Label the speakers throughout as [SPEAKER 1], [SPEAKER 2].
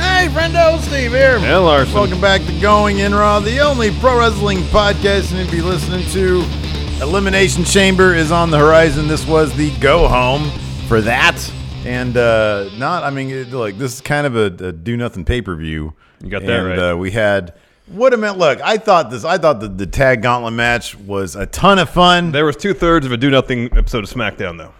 [SPEAKER 1] Hey, friendo, Steve here.
[SPEAKER 2] Hey, Larson.
[SPEAKER 1] Welcome back to Going In Raw, the only pro wrestling podcast and if you're listening to. Elimination Chamber is on the horizon. This was the go home for that. And uh, not, I mean, it, like, this is kind of a, a do nothing pay per view.
[SPEAKER 3] You got that right.
[SPEAKER 1] Uh, we had. What a minute! Look, I thought this. I thought the, the tag gauntlet match was a ton of fun.
[SPEAKER 3] There was two thirds of a do nothing episode of SmackDown, though,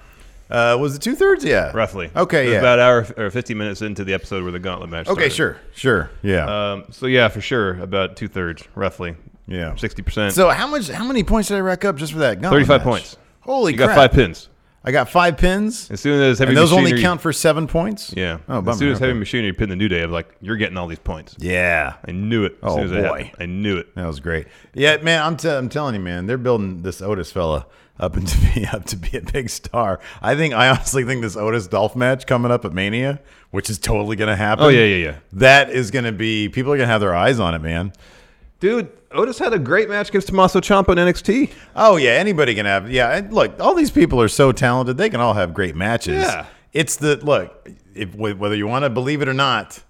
[SPEAKER 1] Uh, was it two thirds? Yeah,
[SPEAKER 3] roughly.
[SPEAKER 1] Okay,
[SPEAKER 3] it was
[SPEAKER 1] yeah.
[SPEAKER 3] About hour or fifty minutes into the episode where the gauntlet match.
[SPEAKER 1] Okay,
[SPEAKER 3] started.
[SPEAKER 1] sure, sure, yeah.
[SPEAKER 3] Um, so yeah, for sure, about two thirds, roughly.
[SPEAKER 1] Yeah.
[SPEAKER 3] sixty percent.
[SPEAKER 1] so how much? How many points did I rack up just for that? gauntlet
[SPEAKER 3] 35
[SPEAKER 1] match?
[SPEAKER 3] points.
[SPEAKER 1] Holy
[SPEAKER 3] you
[SPEAKER 1] crap!
[SPEAKER 3] got five pins.
[SPEAKER 1] I got five pins.
[SPEAKER 3] As soon as heavy
[SPEAKER 1] and those only
[SPEAKER 3] machinery-
[SPEAKER 1] count for seven points.
[SPEAKER 3] Yeah.
[SPEAKER 1] Oh, bummer.
[SPEAKER 3] as soon as
[SPEAKER 1] Okay.
[SPEAKER 3] heavy machinery pinned the new day, I'm like, you're getting all these points.
[SPEAKER 1] Yeah.
[SPEAKER 3] I knew it. As
[SPEAKER 1] Oh,
[SPEAKER 3] soon as it
[SPEAKER 1] boy.
[SPEAKER 3] happened. I knew it.
[SPEAKER 1] That was great. Yeah, man, I'm, t- I'm telling you, man, they're building this Otis fella up into be up to be a big star. I think I honestly think this Otis Dolph match coming up at Mania, which is totally gonna happen.
[SPEAKER 3] Oh, yeah, yeah, yeah.
[SPEAKER 1] That is gonna be people are gonna have their eyes on it, man.
[SPEAKER 3] Dude, Otis had a great match against Tommaso Ciampa in NXT.
[SPEAKER 1] Oh yeah, anybody can have. Yeah, and look, all these people are so talented; they can all have great matches.
[SPEAKER 3] Yeah.
[SPEAKER 1] it's the look. If, wh- whether you want to believe it or not,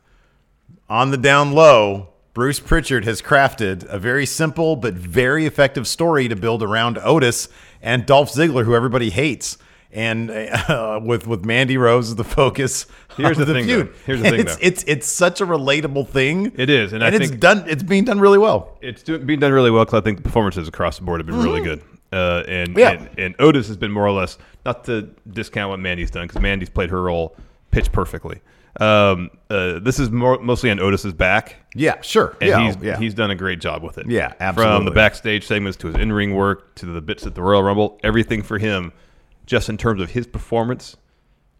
[SPEAKER 1] on the down low, Bruce Pritchard has crafted a very simple but very effective story to build around Otis and Dolph Ziggler, who everybody hates. And uh, with with Mandy Rose as the focus,
[SPEAKER 3] Here's
[SPEAKER 1] of
[SPEAKER 3] the thing,
[SPEAKER 1] feud.
[SPEAKER 3] though. Here's the
[SPEAKER 1] And
[SPEAKER 3] thing,
[SPEAKER 1] it's,
[SPEAKER 3] though.
[SPEAKER 1] it's it's such a relatable thing.
[SPEAKER 3] It is, and I
[SPEAKER 1] it's
[SPEAKER 3] think-
[SPEAKER 1] done. It's being done really well.
[SPEAKER 3] It's doing, being done really well because I think the performances across the board have been really good. Uh, and,
[SPEAKER 1] Mm-hmm. Yeah.
[SPEAKER 3] and and Otis has been more or less not to discount what Mandy's done because Mandy's played her role pitch perfectly. Um, uh, this is more, mostly on Otis's back,
[SPEAKER 1] Yeah, sure.
[SPEAKER 3] and
[SPEAKER 1] yeah,
[SPEAKER 3] he's
[SPEAKER 1] oh, yeah.
[SPEAKER 3] he's done a great job with it.
[SPEAKER 1] Yeah,
[SPEAKER 3] From the
[SPEAKER 1] absolutely.
[SPEAKER 3] backstage segments to his in ring work to the bits at the Royal Rumble, everything for him, just in terms of his performance,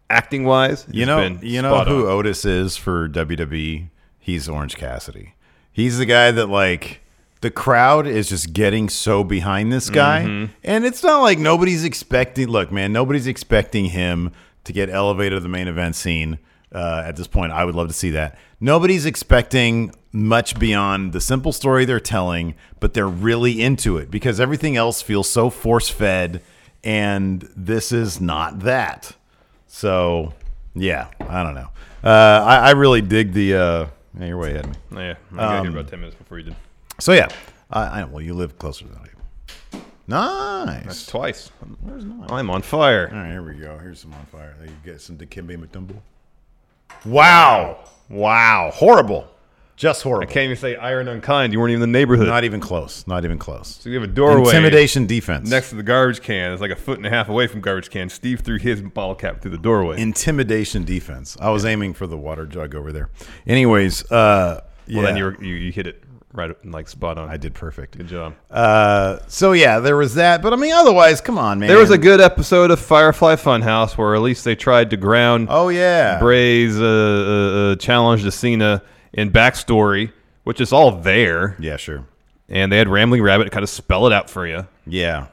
[SPEAKER 3] acting wise,
[SPEAKER 1] You know, you know who Otis is for WWE. He's Orange Cassidy. He's the guy that like the crowd is just getting so behind this guy, and it's not like nobody's expecting. Look, man, nobody's expecting him to get elevated to the main event scene. Uh, at this point, I would love to see that. Nobody's expecting much beyond the simple story they're telling, but they're really into it because everything else feels so force fed, and this is not that. So, yeah, I don't know. Uh, I, I really dig the. Uh, yeah, you're way ahead of me.
[SPEAKER 3] Oh, yeah, I got here
[SPEAKER 1] um,
[SPEAKER 3] about ten minutes before you did.
[SPEAKER 1] So yeah, I, I well, you live closer than I do. Nice.
[SPEAKER 3] Twice. I'm on fire.
[SPEAKER 1] All right, here we go. Here's some on fire. There you get some Dikembe Mutombo. Wow! Wow! Horrible. Just
[SPEAKER 3] I
[SPEAKER 1] horrible.
[SPEAKER 3] can't even say iron unkind. You weren't even in the neighborhood.
[SPEAKER 1] Not even close. Not even close.
[SPEAKER 3] so you have a doorway.
[SPEAKER 1] Intimidation defense.
[SPEAKER 3] Next to the garbage can. It's like a foot and a half away from garbage can. Steve threw his bottle cap through the doorway.
[SPEAKER 1] Intimidation defense. I was aiming for the water jug over there. Anyways, uh, yeah,
[SPEAKER 3] Well, then you, were, you you hit it right like spot on.
[SPEAKER 1] I did perfect.
[SPEAKER 3] Good job.
[SPEAKER 1] Uh, so yeah, there was that. But I mean, otherwise, come on, man.
[SPEAKER 3] there was a good episode of Firefly Funhouse where at least they tried to ground
[SPEAKER 1] Oh yeah.
[SPEAKER 3] Bray's uh, uh, uh, challenge to Cena in backstory, which is all there.
[SPEAKER 1] Yeah, sure.
[SPEAKER 3] And they had Rambling Rabbit kind of spell it out for you.
[SPEAKER 1] Yeah.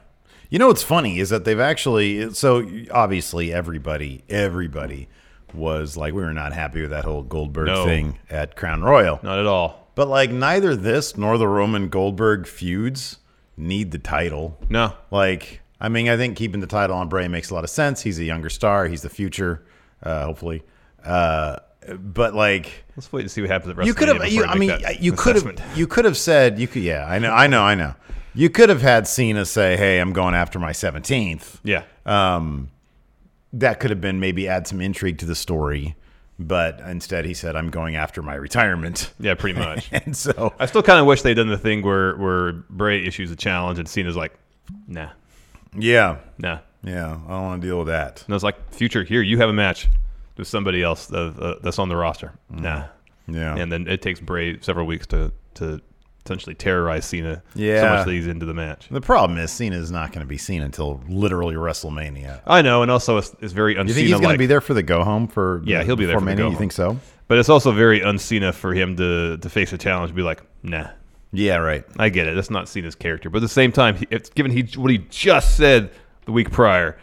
[SPEAKER 1] You know what's funny is that they've actually so obviously everybody everybody was like we were not happy with that whole Goldberg
[SPEAKER 3] No.
[SPEAKER 1] thing at Crown Royal.
[SPEAKER 3] Not at all.
[SPEAKER 1] But like neither this nor the Roman Goldberg feuds need the title.
[SPEAKER 3] No.
[SPEAKER 1] Like, I mean, I think keeping the title on Bray makes a lot of sense. He's a younger star. He's the future, uh, hopefully. Uh, but like,
[SPEAKER 3] Let's wait and see what happens at WrestleMania.
[SPEAKER 1] you could have.
[SPEAKER 3] before
[SPEAKER 1] You, I mean,
[SPEAKER 3] make that
[SPEAKER 1] you could
[SPEAKER 3] assessment.
[SPEAKER 1] have. You could have said. You could. Yeah, I know. I know. I know. You could have had Cena say, "Hey, I'm going after my Um, 17th."
[SPEAKER 3] Yeah.
[SPEAKER 1] That could have been maybe add some intrigue to the story. But instead, he said, "I'm going after my retirement."
[SPEAKER 3] Yeah, pretty much.
[SPEAKER 1] And so,
[SPEAKER 3] I still kind of wish they'd done the thing where where Bray issues a challenge and Cena's like, nah,
[SPEAKER 1] yeah,
[SPEAKER 3] nah.
[SPEAKER 1] yeah, I don't want to deal with that.
[SPEAKER 3] And it's like, future, here, you have a match with somebody else uh, uh, that's on the roster.
[SPEAKER 1] Mm.
[SPEAKER 3] Nah.
[SPEAKER 1] Yeah.
[SPEAKER 3] And then it takes Bray several weeks to to essentially terrorize Cena so
[SPEAKER 1] Yeah.
[SPEAKER 3] much that he's into the match.
[SPEAKER 1] The problem is Cena is not going to be seen until literally WrestleMania.
[SPEAKER 3] I know, and also it's, it's very
[SPEAKER 1] You think he's
[SPEAKER 3] unseen.
[SPEAKER 1] going to
[SPEAKER 3] like
[SPEAKER 1] be there for the go home for
[SPEAKER 3] Yeah, he'll be there
[SPEAKER 1] for
[SPEAKER 3] for the
[SPEAKER 1] Mania? You
[SPEAKER 3] go-home.
[SPEAKER 1] think so?
[SPEAKER 3] But it's also very unseen for him to to face a challenge and be like, nah.
[SPEAKER 1] Yeah, right.
[SPEAKER 3] I get it. That's not Cena's character, but at the same time, he- it's given he what he just said the week prior,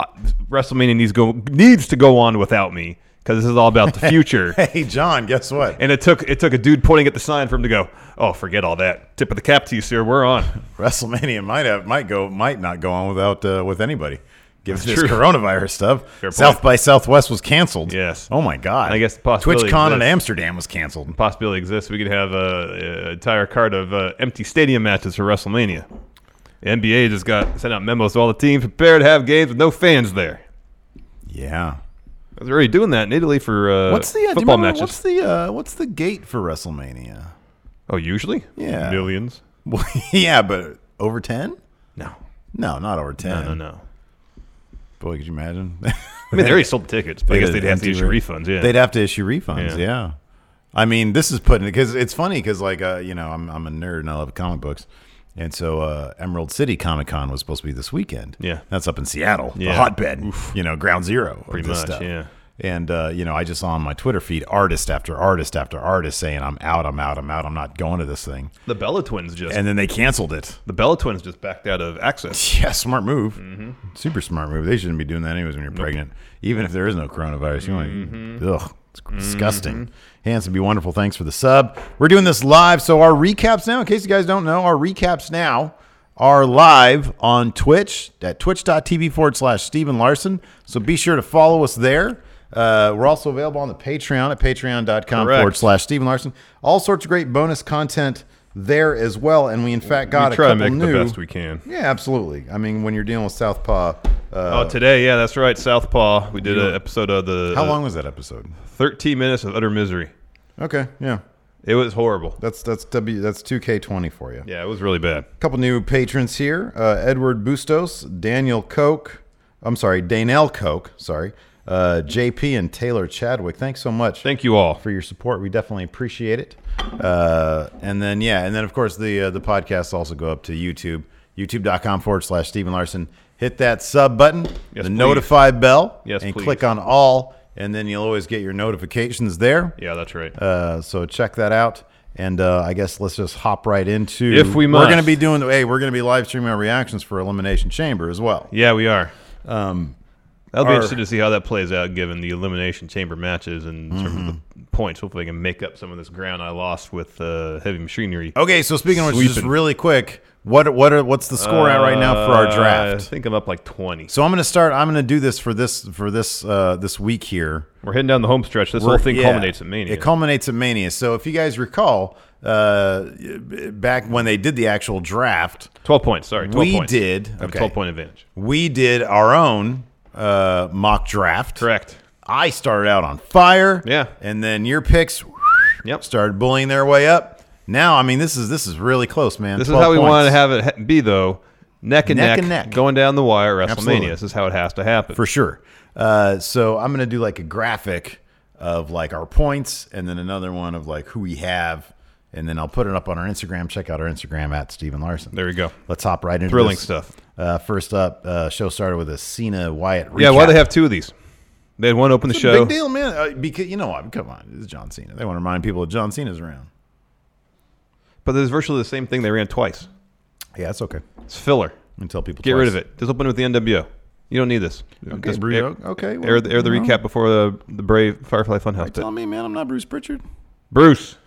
[SPEAKER 3] uh, WrestleMania needs go needs to go on without me because this is all about the future.
[SPEAKER 1] Hey, John, guess what?
[SPEAKER 3] and it took it took a dude pointing at the sign for him to go, oh, forget all that. Tip of the cap to you, sir. We're on.
[SPEAKER 1] WrestleMania might have might go might not go on without uh, with anybody. Given
[SPEAKER 3] That's
[SPEAKER 1] this
[SPEAKER 3] true.
[SPEAKER 1] coronavirus stuff,
[SPEAKER 3] Fair point.
[SPEAKER 1] South by Southwest was canceled.
[SPEAKER 3] Yes.
[SPEAKER 1] Oh my God.
[SPEAKER 3] I guess the possibility
[SPEAKER 1] TwitchCon in
[SPEAKER 3] exists.
[SPEAKER 1] Amsterdam was canceled.
[SPEAKER 3] Possibility exists. We could have a, a entire card of uh, empty stadium matches for WrestleMania. The NBA just got sent out memos to all the teams prepare to have games with no fans there.
[SPEAKER 1] Yeah.
[SPEAKER 3] They're already doing that in Italy for uh,
[SPEAKER 1] What's the uh, do you
[SPEAKER 3] football
[SPEAKER 1] remember-
[SPEAKER 3] matches.
[SPEAKER 1] What's the uh, what's the gate for WrestleMania?
[SPEAKER 3] Oh, usually?
[SPEAKER 1] Yeah.
[SPEAKER 3] Millions?
[SPEAKER 1] Well, yeah, but over ten?
[SPEAKER 3] No.
[SPEAKER 1] No, not over ten.
[SPEAKER 3] No, no, no.
[SPEAKER 1] Boy, could you imagine?
[SPEAKER 3] I mean, they already sold the tickets, but I guess
[SPEAKER 1] They'd
[SPEAKER 3] they'd have to
[SPEAKER 1] empty
[SPEAKER 3] issue
[SPEAKER 1] re-
[SPEAKER 3] refunds. Yeah.
[SPEAKER 1] They'd have to issue refunds.
[SPEAKER 3] Yeah.
[SPEAKER 1] Yeah. I mean, this is putting because it's funny because like uh, you know I'm I'm a nerd and I love comic books, and so uh, Emerald City Comic Con was supposed to be this weekend.
[SPEAKER 3] Yeah.
[SPEAKER 1] that's up in Seattle,
[SPEAKER 3] Yeah.
[SPEAKER 1] the hotbed, you know, ground zero. of
[SPEAKER 3] Pretty
[SPEAKER 1] this
[SPEAKER 3] much,
[SPEAKER 1] stuff.
[SPEAKER 3] yeah.
[SPEAKER 1] And uh, you know, I just saw on my Twitter feed artist after artist after artist saying I'm out, I'm out, I'm out, I'm not going to this thing,
[SPEAKER 3] the Bella Twins just
[SPEAKER 1] and then they canceled it.
[SPEAKER 3] the Bella Twins just backed out of access.
[SPEAKER 1] Yeah, smart move.
[SPEAKER 3] Mm-hmm.
[SPEAKER 1] Super smart move. They shouldn't be doing that anyways when you're pregnant. Even if there is no coronavirus, you're
[SPEAKER 3] Mm-hmm.
[SPEAKER 1] like, ugh, it's disgusting. Hanson, be wonderful. Thanks for the sub. We're doing this live. So our recaps now, in case you guys don't know, our recaps now are live on Twitch at twitch.tv forward slash Steven Larson. So be sure to follow us there. Uh, we're also available on the Patreon at patreon.com
[SPEAKER 3] Correct.
[SPEAKER 1] forward slash Steven Larson. All sorts of great bonus content there as well. And we, in fact, got
[SPEAKER 3] we
[SPEAKER 1] a
[SPEAKER 3] try to
[SPEAKER 1] couple
[SPEAKER 3] make
[SPEAKER 1] new.
[SPEAKER 3] the best we can.
[SPEAKER 1] Yeah, absolutely. I mean, when you're dealing with Southpaw, uh,
[SPEAKER 3] oh, today, yeah, that's right. Southpaw. We did an episode of the
[SPEAKER 1] how
[SPEAKER 3] uh,
[SPEAKER 1] long was that episode?
[SPEAKER 3] 13 minutes of utter misery.
[SPEAKER 1] Okay, yeah,
[SPEAKER 3] It was horrible.
[SPEAKER 1] that's that's w that's two K twenty for you.
[SPEAKER 3] Yeah, it was really bad.
[SPEAKER 1] A couple new patrons here: uh, Edward Bustos, Daniel Koch. I'm sorry, Danelle Koch. Sorry, uh, JP and Taylor Chadwick. Thanks so much.
[SPEAKER 3] Thank you all.
[SPEAKER 1] for your support. We definitely appreciate it. Uh, and then yeah, and then of course the uh, the podcasts also go up to YouTube, youtube.com forward slash Stephen Larson. Hit that sub button, the
[SPEAKER 3] please.
[SPEAKER 1] notify bell,
[SPEAKER 3] Yes,
[SPEAKER 1] and
[SPEAKER 3] please.
[SPEAKER 1] click on all, and then you'll always get your notifications there.
[SPEAKER 3] Yeah, that's right.
[SPEAKER 1] Uh, so check that out. And uh, I guess let's just hop right into.
[SPEAKER 3] If we
[SPEAKER 1] we're
[SPEAKER 3] must.
[SPEAKER 1] going to be doing. Hey, we're going to be live streaming our reactions for Elimination Chamber as well.
[SPEAKER 3] yeah, we are. That'll be
[SPEAKER 1] um, our-
[SPEAKER 3] interesting to see how that plays out given the Elimination Chamber matches and in terms of
[SPEAKER 1] Mm-hmm.
[SPEAKER 3] the points. Hopefully, I can make up some of this ground I lost with uh, heavy machinery.
[SPEAKER 1] Okay, so speaking of which, just
[SPEAKER 3] Sweeping.
[SPEAKER 1] really quick, what what are what's the score at right now for our
[SPEAKER 3] Uh,
[SPEAKER 1] draft?
[SPEAKER 3] I think I'm up like 20.
[SPEAKER 1] So I'm going to start. I'm going to do this for this for this uh, this week here.
[SPEAKER 3] We're heading down the home stretch. This whole
[SPEAKER 1] We're-
[SPEAKER 3] thing
[SPEAKER 1] yeah.
[SPEAKER 3] culminates at Mania.
[SPEAKER 1] It culminates at Mania. So if you guys recall, uh, back when they did the actual draft,
[SPEAKER 3] 12 points. Sorry, 12
[SPEAKER 1] we
[SPEAKER 3] points.
[SPEAKER 1] did
[SPEAKER 3] I have
[SPEAKER 1] okay,
[SPEAKER 3] a 12 point advantage.
[SPEAKER 1] We did our own uh, mock draft.
[SPEAKER 3] Correct.
[SPEAKER 1] I started out on fire.
[SPEAKER 3] Yeah.
[SPEAKER 1] and then your picks
[SPEAKER 3] Yep.
[SPEAKER 1] started bullying their way up. Now, I mean, this is this is really close, man.
[SPEAKER 3] This is
[SPEAKER 1] 12
[SPEAKER 3] how we
[SPEAKER 1] points.
[SPEAKER 3] want to have it ha- be, though. Neck and neck,
[SPEAKER 1] Neck and neck.
[SPEAKER 3] going down the wire at WrestleMania.
[SPEAKER 1] Absolutely.
[SPEAKER 3] This is how it has to happen.
[SPEAKER 1] for sure. Uh, so I'm gonna do like a graphic of like our points, and then another one of like who we have, and then I'll put it up on our Instagram. Check out our Instagram at Steven Larson.
[SPEAKER 3] There you go.
[SPEAKER 1] Let's hop right into
[SPEAKER 3] Thrilling
[SPEAKER 1] this.
[SPEAKER 3] stuff.
[SPEAKER 1] Uh, first up, uh, show started with a Cena Wyatt. Recap.
[SPEAKER 3] Yeah, why they have two of these? They had one open the
[SPEAKER 1] It's a
[SPEAKER 3] show.
[SPEAKER 1] Big deal, man. Uh, because you know what? Come on, this is John Cena. They want to remind people that John Cena's around.
[SPEAKER 3] But there's virtually the same thing they ran twice.
[SPEAKER 1] Yeah, it's okay.
[SPEAKER 3] It's filler.
[SPEAKER 1] And tell people
[SPEAKER 3] Get
[SPEAKER 1] twice.
[SPEAKER 3] rid of it. Just open it with the NWO. You don't need this.
[SPEAKER 1] Okay,
[SPEAKER 3] Just
[SPEAKER 1] Bruce,
[SPEAKER 3] air,
[SPEAKER 1] okay, well,
[SPEAKER 3] air, the- air the
[SPEAKER 1] you know.
[SPEAKER 3] recap before the, the Brave Firefly Funhouse.
[SPEAKER 1] Tell
[SPEAKER 3] Bit.
[SPEAKER 1] me, man, I'm not Bruce Pritchard.
[SPEAKER 3] Bruce,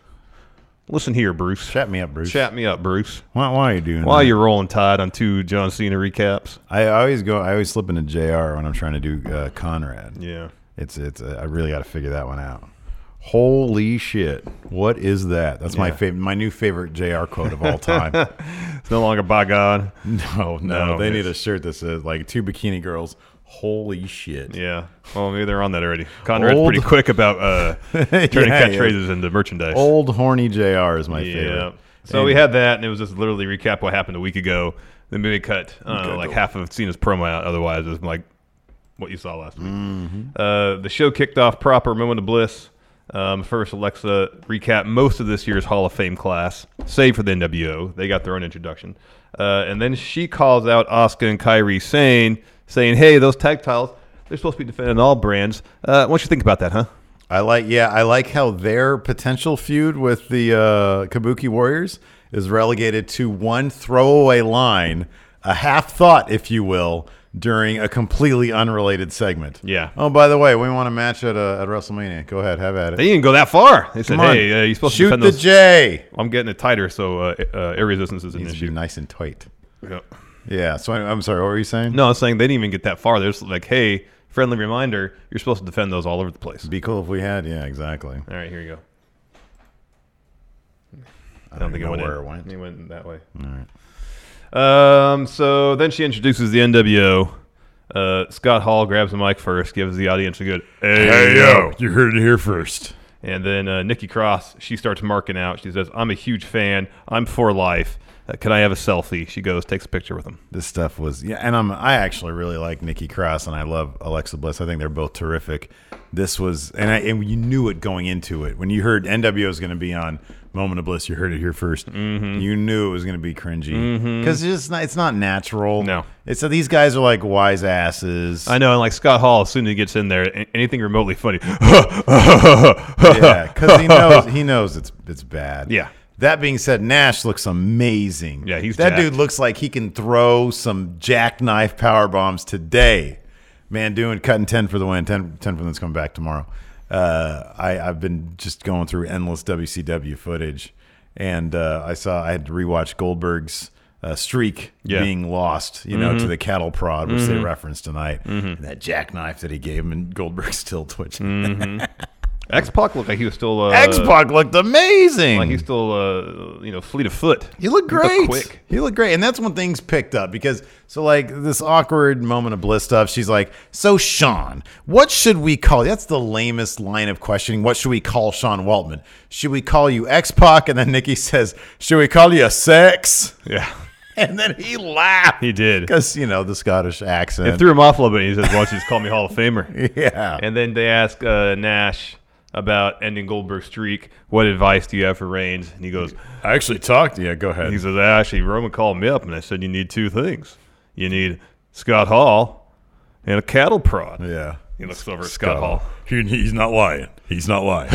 [SPEAKER 3] listen here, Bruce.
[SPEAKER 1] Chat me up, Bruce.
[SPEAKER 3] Chat me up, Bruce.
[SPEAKER 1] Why, why are you doing?
[SPEAKER 3] While
[SPEAKER 1] that?
[SPEAKER 3] you're rolling tide on two John Cena recaps.
[SPEAKER 1] I always go. I always slip into Jr. when I'm trying to do uh, Conrad.
[SPEAKER 3] Yeah.
[SPEAKER 1] It's it's. Uh, I really got to figure that one out. Holy shit! What is that? That's my favorite. My new favorite Jr. quote of all time.
[SPEAKER 3] It's no longer by God.
[SPEAKER 1] no, no,
[SPEAKER 3] No,
[SPEAKER 1] They need a
[SPEAKER 3] it's-
[SPEAKER 1] shirt that says like two bikini girls Holy shit.
[SPEAKER 3] Yeah. Well, maybe they're on that already. Conrad's
[SPEAKER 1] Old-
[SPEAKER 3] pretty quick about uh,
[SPEAKER 1] Yeah,
[SPEAKER 3] turning
[SPEAKER 1] yeah.
[SPEAKER 3] catchphrases into merchandise.
[SPEAKER 1] Old horny JR is my
[SPEAKER 3] yeah.
[SPEAKER 1] favorite.
[SPEAKER 3] So we had that, and it was just literally recap what happened a week ago. Then maybe cut I don't know, like half of Cena's promo out. Otherwise, it was like what you saw last week.
[SPEAKER 1] Mm-hmm.
[SPEAKER 3] Uh, the show kicked off proper. Moment of bliss. Um, first, Alexa recap most of this year's Hall of Fame class, save for the NWO. They got their own introduction, uh, and then she calls out Oscar and Kyrie, saying, "saying Hey, those tag titles, they're supposed to be defending all brands. Uh, what you think about that, huh?"
[SPEAKER 1] I like yeah, I like how their potential feud with the uh, Kabuki Warriors is relegated to one throwaway line, a half thought, if you will, during a completely unrelated segment.
[SPEAKER 3] Yeah.
[SPEAKER 1] Oh, by the way, we want a match at uh, at WrestleMania. Go ahead, have at it.
[SPEAKER 3] They didn't go that far. They said,
[SPEAKER 1] Come on.
[SPEAKER 3] "Hey, uh, you're supposed
[SPEAKER 1] shoot
[SPEAKER 3] to defend
[SPEAKER 1] the
[SPEAKER 3] those."
[SPEAKER 1] J.
[SPEAKER 3] I'm getting it tighter, so uh, uh, air resistance is an
[SPEAKER 1] Needs to be
[SPEAKER 3] issue.
[SPEAKER 1] nice and tight.
[SPEAKER 3] Yeah.
[SPEAKER 1] Yeah. So I, I'm sorry. What were you saying?
[SPEAKER 3] No, I was saying they didn't even get that far. They're just like, hey, friendly reminder, you're supposed to defend those all over the place.
[SPEAKER 1] Be cool if we had. Yeah. Exactly.
[SPEAKER 3] All right, here you go. I
[SPEAKER 1] don't
[SPEAKER 3] don't, think
[SPEAKER 1] even
[SPEAKER 3] it went
[SPEAKER 1] know where
[SPEAKER 3] in.
[SPEAKER 1] it went.
[SPEAKER 3] It went that way. All right. Um. So then she introduces the NWO. Uh, Scott Hall grabs the mic first, gives the audience a good "Hey yo,"
[SPEAKER 1] you heard it here first.
[SPEAKER 3] and then uh, Nikki Cross she starts marking out. She says, "I'm a huge fan. I'm for life. Uh, can I have a selfie?" She goes, takes a picture with him.
[SPEAKER 1] This stuff was yeah, and I'm I actually really like Nikki Cross and I love Alexa Bliss. I think they're both terrific. This was and I and you knew it going into it when you heard NWO is going to be on Moment of Bliss. You heard it here 1st
[SPEAKER 3] Mm-hmm.
[SPEAKER 1] You knew it was going to be cringy because it's just not, it's not natural.
[SPEAKER 3] No.
[SPEAKER 1] it's so these guys are like wise asses.
[SPEAKER 3] I know, and like Scott Hall, as soon as he gets in there, a- anything remotely funny,
[SPEAKER 1] yeah, because he knows he knows it's it's bad.
[SPEAKER 3] Yeah.
[SPEAKER 1] That being said, Nash looks amazing.
[SPEAKER 3] Yeah, he's
[SPEAKER 1] that
[SPEAKER 3] jacked.
[SPEAKER 1] dude looks like he can throw some jackknife power bombs today. Man, doing cutting ten for the win. 10, 10 for them's coming back tomorrow. Uh, I I've been just going through endless WCW footage, and uh, I saw I had to rewatch Goldberg's. Uh, streak
[SPEAKER 3] Yeah. Mm-hmm.
[SPEAKER 1] being lost, you know, to the cattle prod, which they referenced tonight, and that jackknife that he gave him, and Goldberg's still twitching.
[SPEAKER 3] X Pac looked like he was still uh,
[SPEAKER 1] X Pac looked amazing.
[SPEAKER 3] like he's still uh, you know fleet of foot.
[SPEAKER 1] he looked great.
[SPEAKER 3] quick.
[SPEAKER 1] He looked great, and that's when things picked up because so like this awkward moment of bliss stuff. She's like, "So Sean, what should we call?" you?" That's the lamest line of questioning. What should we call Sean Waltman? Should we call you X Pac? And then Nikki says, "Should we call you Sex?"
[SPEAKER 3] Yeah,
[SPEAKER 1] And then he laughed.
[SPEAKER 3] he did.
[SPEAKER 1] because you know the Scottish accent.
[SPEAKER 3] It threw him off a little bit. He says, "Why don't you just call me Hall of Famer?"
[SPEAKER 1] yeah,
[SPEAKER 3] And then they ask uh, Nash about ending Goldberg's streak. What advice do you have for Reigns? And he goes,
[SPEAKER 1] I actually talked. Yeah, go ahead.
[SPEAKER 3] he says, actually, Roman called me up and I said, you need two things. You need Scott Hall and a cattle prod.
[SPEAKER 1] yeah.
[SPEAKER 3] He looks over at Scott Hall.
[SPEAKER 4] He, he's not lying. He's not lying.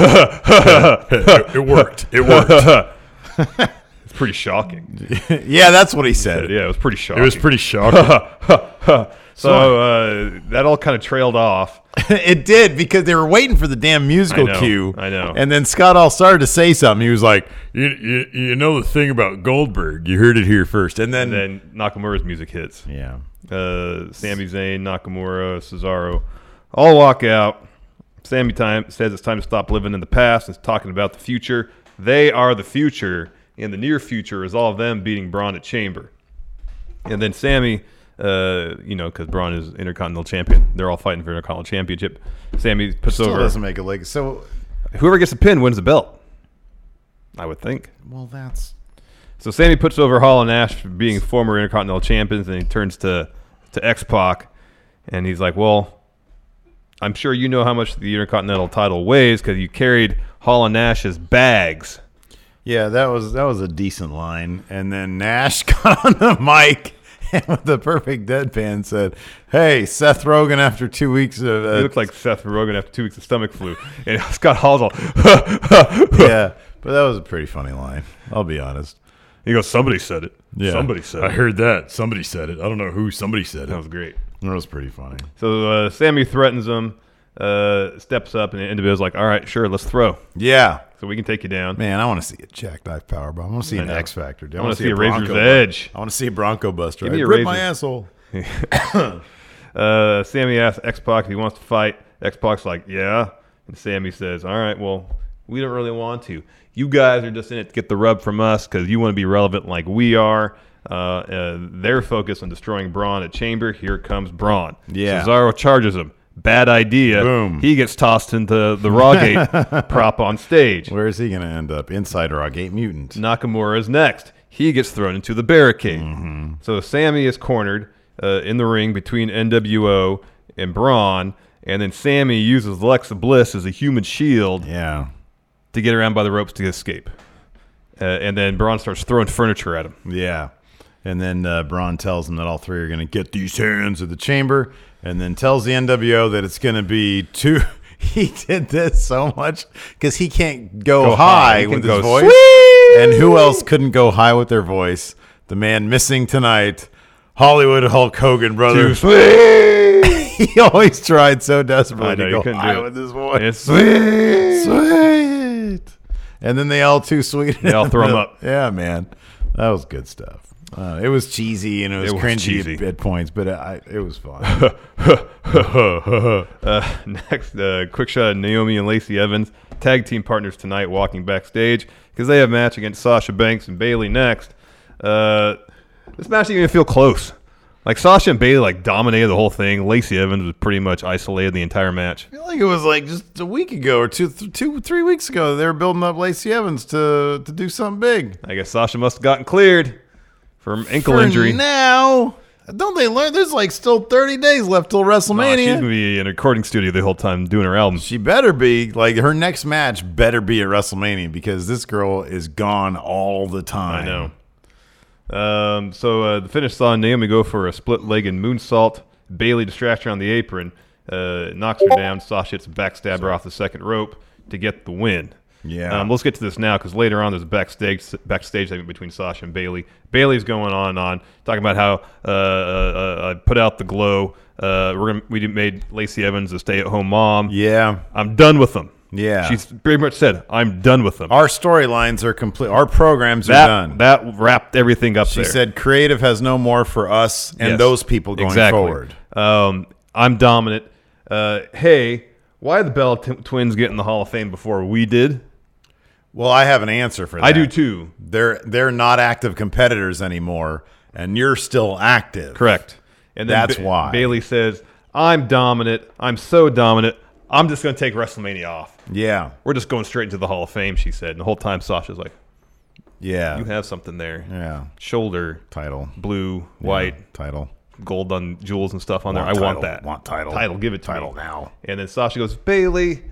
[SPEAKER 4] it, worked. It worked.
[SPEAKER 3] It's pretty shocking.
[SPEAKER 1] Yeah, that's what he said.
[SPEAKER 3] Yeah, it was pretty shocking.
[SPEAKER 4] It was pretty shocking.
[SPEAKER 3] So uh, that all kind of trailed off.
[SPEAKER 1] it did because they were waiting for the damn musical
[SPEAKER 3] I know,
[SPEAKER 1] cue.
[SPEAKER 3] I know.
[SPEAKER 1] And then Scott all started to say something. He was like,
[SPEAKER 4] you, you, you know the thing about Goldberg. You heard it here first. And then
[SPEAKER 3] And then Nakamura's music hits.
[SPEAKER 1] "Yeah,
[SPEAKER 3] Uh, Sami Zayn, Nakamura, Cesaro all walk out. Sammy time says it's time to stop living in the past and talking about the future. They are the future, and the near future is all of them beating Braun at Chamber. And then Sammy, uh, you know, because Braun is Intercontinental Champion, they're all fighting for Intercontinental Championship. Sammy puts
[SPEAKER 1] still
[SPEAKER 3] over
[SPEAKER 1] doesn't make a leg." So,
[SPEAKER 3] whoever gets the pin wins the belt. I would think.
[SPEAKER 1] well, that's
[SPEAKER 3] So Sammy puts over Hall and Nash for being former Intercontinental champions, and he turns to to X Pac, and he's like, "Well, I'm sure you know how much the Intercontinental title weighs because you carried Hall and Nash's bags."
[SPEAKER 1] yeah, that was that was a decent line. And then Nash got on the mic. And with the perfect deadpan said, "Hey, Seth Rogen. After two weeks of
[SPEAKER 3] He
[SPEAKER 1] uh,
[SPEAKER 3] looked like Seth Rogen after two weeks of stomach flu, and Scott Hall's all,
[SPEAKER 1] yeah, but that was a pretty funny line. I'll be honest.
[SPEAKER 3] he goes, "Somebody said it.
[SPEAKER 1] Yeah.
[SPEAKER 3] Somebody said
[SPEAKER 4] I
[SPEAKER 3] it."
[SPEAKER 4] heard that. Somebody said it. I don't know who. Somebody said
[SPEAKER 3] That
[SPEAKER 4] it.
[SPEAKER 3] was great.
[SPEAKER 1] That was pretty funny.
[SPEAKER 3] So uh, Sammy threatens him, uh, steps up, and NWO's like, "All right, sure, let's throw,
[SPEAKER 1] Yeah,
[SPEAKER 3] so we can take you down."
[SPEAKER 1] man, I want to see a jackknife powerbomb. I want to see an
[SPEAKER 3] know.
[SPEAKER 1] X Factor. dude.
[SPEAKER 3] I want to see a
[SPEAKER 1] Bronco
[SPEAKER 3] razor's
[SPEAKER 1] buster.
[SPEAKER 3] edge.
[SPEAKER 1] I want to see a Bronco Buster.
[SPEAKER 3] Give me
[SPEAKER 1] I
[SPEAKER 3] a
[SPEAKER 1] rip
[SPEAKER 3] razor.
[SPEAKER 1] my asshole.
[SPEAKER 3] Uh, Sammy asks X Pac if he wants to fight. X Pac's like, yeah. And Sammy says, all right, well, we don't really want to. You guys are just in it to get the rub from us because you want to be relevant like we are. Uh, uh, their focus on destroying Braun at Chamber. Here comes Braun.
[SPEAKER 1] Yeah.
[SPEAKER 3] Cesaro charges him. Bad idea.
[SPEAKER 1] Boom.
[SPEAKER 3] He gets tossed into the Raw Gate prop on stage.
[SPEAKER 1] Where is he going to end up? Inside Raw Gate Mutant.
[SPEAKER 3] Nakamura is next. He gets thrown into the barricade. So Sammy is cornered uh, in the ring between NWO and Braun, and then Sammy uses Alexa Bliss as a human shield
[SPEAKER 1] Yeah.
[SPEAKER 3] to get around by the ropes to escape. Uh, and then Braun starts throwing furniture at him.
[SPEAKER 1] Yeah. And then uh, Braun tells him that all three are going to get these hands at the chamber and then tells the NWO that it's going to be two. He did this so much because he can't go,
[SPEAKER 3] Go high.
[SPEAKER 1] high,
[SPEAKER 3] He can
[SPEAKER 1] with his
[SPEAKER 3] go
[SPEAKER 1] voice. And who else couldn't go high with their voice? The man missing tonight, Hollywood Hulk Hogan, brother. he always tried so desperately
[SPEAKER 3] I
[SPEAKER 1] to
[SPEAKER 3] know, he
[SPEAKER 1] go
[SPEAKER 3] couldn't do
[SPEAKER 1] high
[SPEAKER 3] it.
[SPEAKER 1] with his voice.
[SPEAKER 3] It's sweet.
[SPEAKER 1] Sweet. And then they all too sweet.
[SPEAKER 3] They all throw 'em up.
[SPEAKER 1] Yeah, man, that was good stuff. Uh, it was cheesy and it was,
[SPEAKER 3] It was
[SPEAKER 1] cringy
[SPEAKER 3] cheesy.
[SPEAKER 1] at, at points, but I, it was fun.
[SPEAKER 3] uh, next, uh, quick shot of Naomi and Lacey Evans, tag team partners tonight, walking backstage because they have a match against Sasha Banks and Bailey next. Uh, this match didn't even feel close. Like Sasha and Bailey like dominated the whole thing. Lacey Evans was pretty much isolated the entire match.
[SPEAKER 1] I feel like it was like just a week ago or two, th- two, three weeks ago. They were building up Lacey Evans to to do something big
[SPEAKER 3] I guess Sasha must have gotten cleared from ankle
[SPEAKER 1] For
[SPEAKER 3] injury.
[SPEAKER 1] Now, don't they learn? There's like still 30 days left till
[SPEAKER 3] Nah, she's
[SPEAKER 1] WrestleMania.
[SPEAKER 3] gonna be in a recording studio the whole time doing her album.
[SPEAKER 1] She better be like her next match better be at WrestleMania because this girl is gone all the time.
[SPEAKER 3] I know. Um, so uh, the finish saw Naomi go for a split leg and moonsault. Bailey distracts her on the apron, uh, knocks her down. Sasha hits a backstabber off the second rope to get the win.
[SPEAKER 1] Yeah.
[SPEAKER 3] Um, let's get to this now because later on there's a backstage backstage segment between Sasha and Bailey. Bailey's going on and on talking about how uh, uh, uh, I put out the glow. Uh, we're gonna, we made Lacey Evans a stay-at-home mom.
[SPEAKER 1] Yeah.
[SPEAKER 3] I'm done with them.
[SPEAKER 1] Yeah.
[SPEAKER 3] She's pretty much said I'm done with them.
[SPEAKER 1] Our storylines are complete. Our programs are
[SPEAKER 3] that
[SPEAKER 1] done.
[SPEAKER 3] that wrapped everything up.
[SPEAKER 1] she
[SPEAKER 3] there.
[SPEAKER 1] said creative has no more for us and
[SPEAKER 3] Yes.
[SPEAKER 1] those people going
[SPEAKER 3] Exactly.
[SPEAKER 1] forward.
[SPEAKER 3] Um, I'm dominant. Uh, hey, why did the Bell t- twins get in the Hall of Fame before we did?
[SPEAKER 1] Well, I have an answer for that.
[SPEAKER 3] I do too.
[SPEAKER 1] They're they're not active competitors anymore and you're still active.
[SPEAKER 3] Correct. And
[SPEAKER 1] That's why.
[SPEAKER 3] Bailey says, "I'm dominant. I'm so dominant. I'm just going to take WrestleMania off.
[SPEAKER 1] Yeah.
[SPEAKER 3] We're just going straight into the Hall of Fame." She said, and the whole time Sasha's like,
[SPEAKER 1] Yeah.
[SPEAKER 3] "You have something there.
[SPEAKER 1] yeah.
[SPEAKER 3] Shoulder
[SPEAKER 1] Title.
[SPEAKER 3] blue, white,
[SPEAKER 1] Title.
[SPEAKER 3] gold on jewels and stuff on there. I
[SPEAKER 1] Want
[SPEAKER 3] want
[SPEAKER 1] title.
[SPEAKER 3] that.
[SPEAKER 1] Want title.
[SPEAKER 3] Title. Give it to
[SPEAKER 1] Title
[SPEAKER 3] me.
[SPEAKER 1] now.
[SPEAKER 3] And then Sasha goes, Bailey,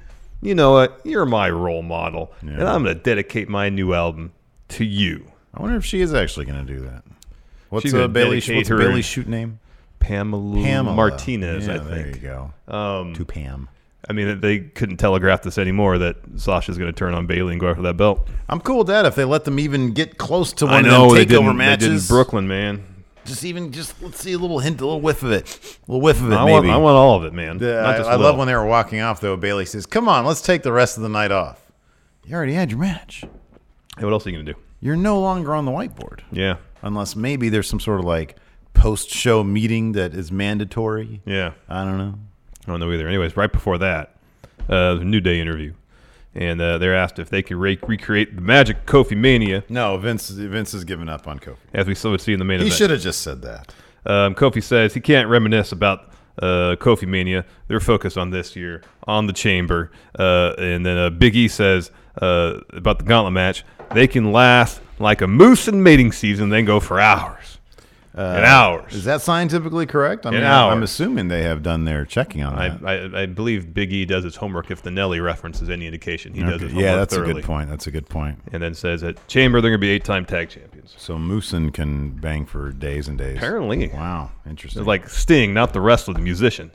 [SPEAKER 3] you know what? You're my role model, and I'm going to dedicate my new album to you,
[SPEAKER 1] I wonder if she is actually going to do that. What's
[SPEAKER 3] She's gonna
[SPEAKER 1] uh, Bailey
[SPEAKER 3] dedicate
[SPEAKER 1] what's
[SPEAKER 3] her-
[SPEAKER 1] Bailey shoot name?
[SPEAKER 3] Pamela,
[SPEAKER 1] Pamela
[SPEAKER 3] Martinez.
[SPEAKER 1] Yeah,
[SPEAKER 3] I
[SPEAKER 1] There you
[SPEAKER 3] think.
[SPEAKER 1] go. Um, to Pam.
[SPEAKER 3] I mean, they couldn't telegraph this anymore that Sasha's going to turn on Bailey and go after that belt.
[SPEAKER 1] I'm cool with that if they let them even get close to one
[SPEAKER 3] I know
[SPEAKER 1] of them
[SPEAKER 3] they
[SPEAKER 1] takeover
[SPEAKER 3] didn't.
[SPEAKER 1] matches.
[SPEAKER 3] They did in Brooklyn, man.
[SPEAKER 1] Just even just let's see a little hint, a little whiff of it, a little whiff of it.
[SPEAKER 3] I
[SPEAKER 1] maybe.
[SPEAKER 3] want, I want all of it, man.
[SPEAKER 1] Yeah,
[SPEAKER 3] Not
[SPEAKER 1] I,
[SPEAKER 3] just
[SPEAKER 1] I
[SPEAKER 3] a
[SPEAKER 1] love
[SPEAKER 3] little.
[SPEAKER 1] when they were walking off though. Bailey says, "Come on, let's take the rest of the night off. You already had your match.
[SPEAKER 3] Hey, what else are you going to do?
[SPEAKER 1] You're no longer on the whiteboard,
[SPEAKER 3] Yeah,
[SPEAKER 1] unless maybe there's some sort of like post-show meeting that is mandatory.
[SPEAKER 3] yeah.
[SPEAKER 1] I don't know.
[SPEAKER 3] I don't know either. Anyways, right before that, uh, the New Day interview, and uh, they're asked if they could re- recreate the magic Kofi Mania,
[SPEAKER 1] No, Vince. Vince has given up on Kofi.
[SPEAKER 3] as we so see in the main
[SPEAKER 1] He
[SPEAKER 3] event.
[SPEAKER 1] should have just said that.
[SPEAKER 3] Um, Kofi says he can't reminisce about uh, Kofi Mania. They're focused on this year, on the chamber. Uh, and then uh, Big E says uh, about the gauntlet match, they can last like a moose in mating season, then go for hours. and
[SPEAKER 1] Uh, Is
[SPEAKER 3] hours.
[SPEAKER 1] that scientifically correct? I
[SPEAKER 3] In
[SPEAKER 1] mean, I- I'm
[SPEAKER 3] hours.
[SPEAKER 1] assuming they have done their checking on
[SPEAKER 3] I,
[SPEAKER 1] that.
[SPEAKER 3] I, I believe Big E does his homework if the Nelly reference is any indication. He does his
[SPEAKER 1] Okay,
[SPEAKER 3] homework
[SPEAKER 1] yeah, that's
[SPEAKER 3] thoroughly.
[SPEAKER 1] a good point. That's a good point.
[SPEAKER 3] And then says at Chamber, they're going to be eight time tag champions.
[SPEAKER 1] So Moosin can bang for days and days.
[SPEAKER 3] Apparently.
[SPEAKER 1] Wow, interesting.
[SPEAKER 3] It's like Sting, not the wrestler, the musician.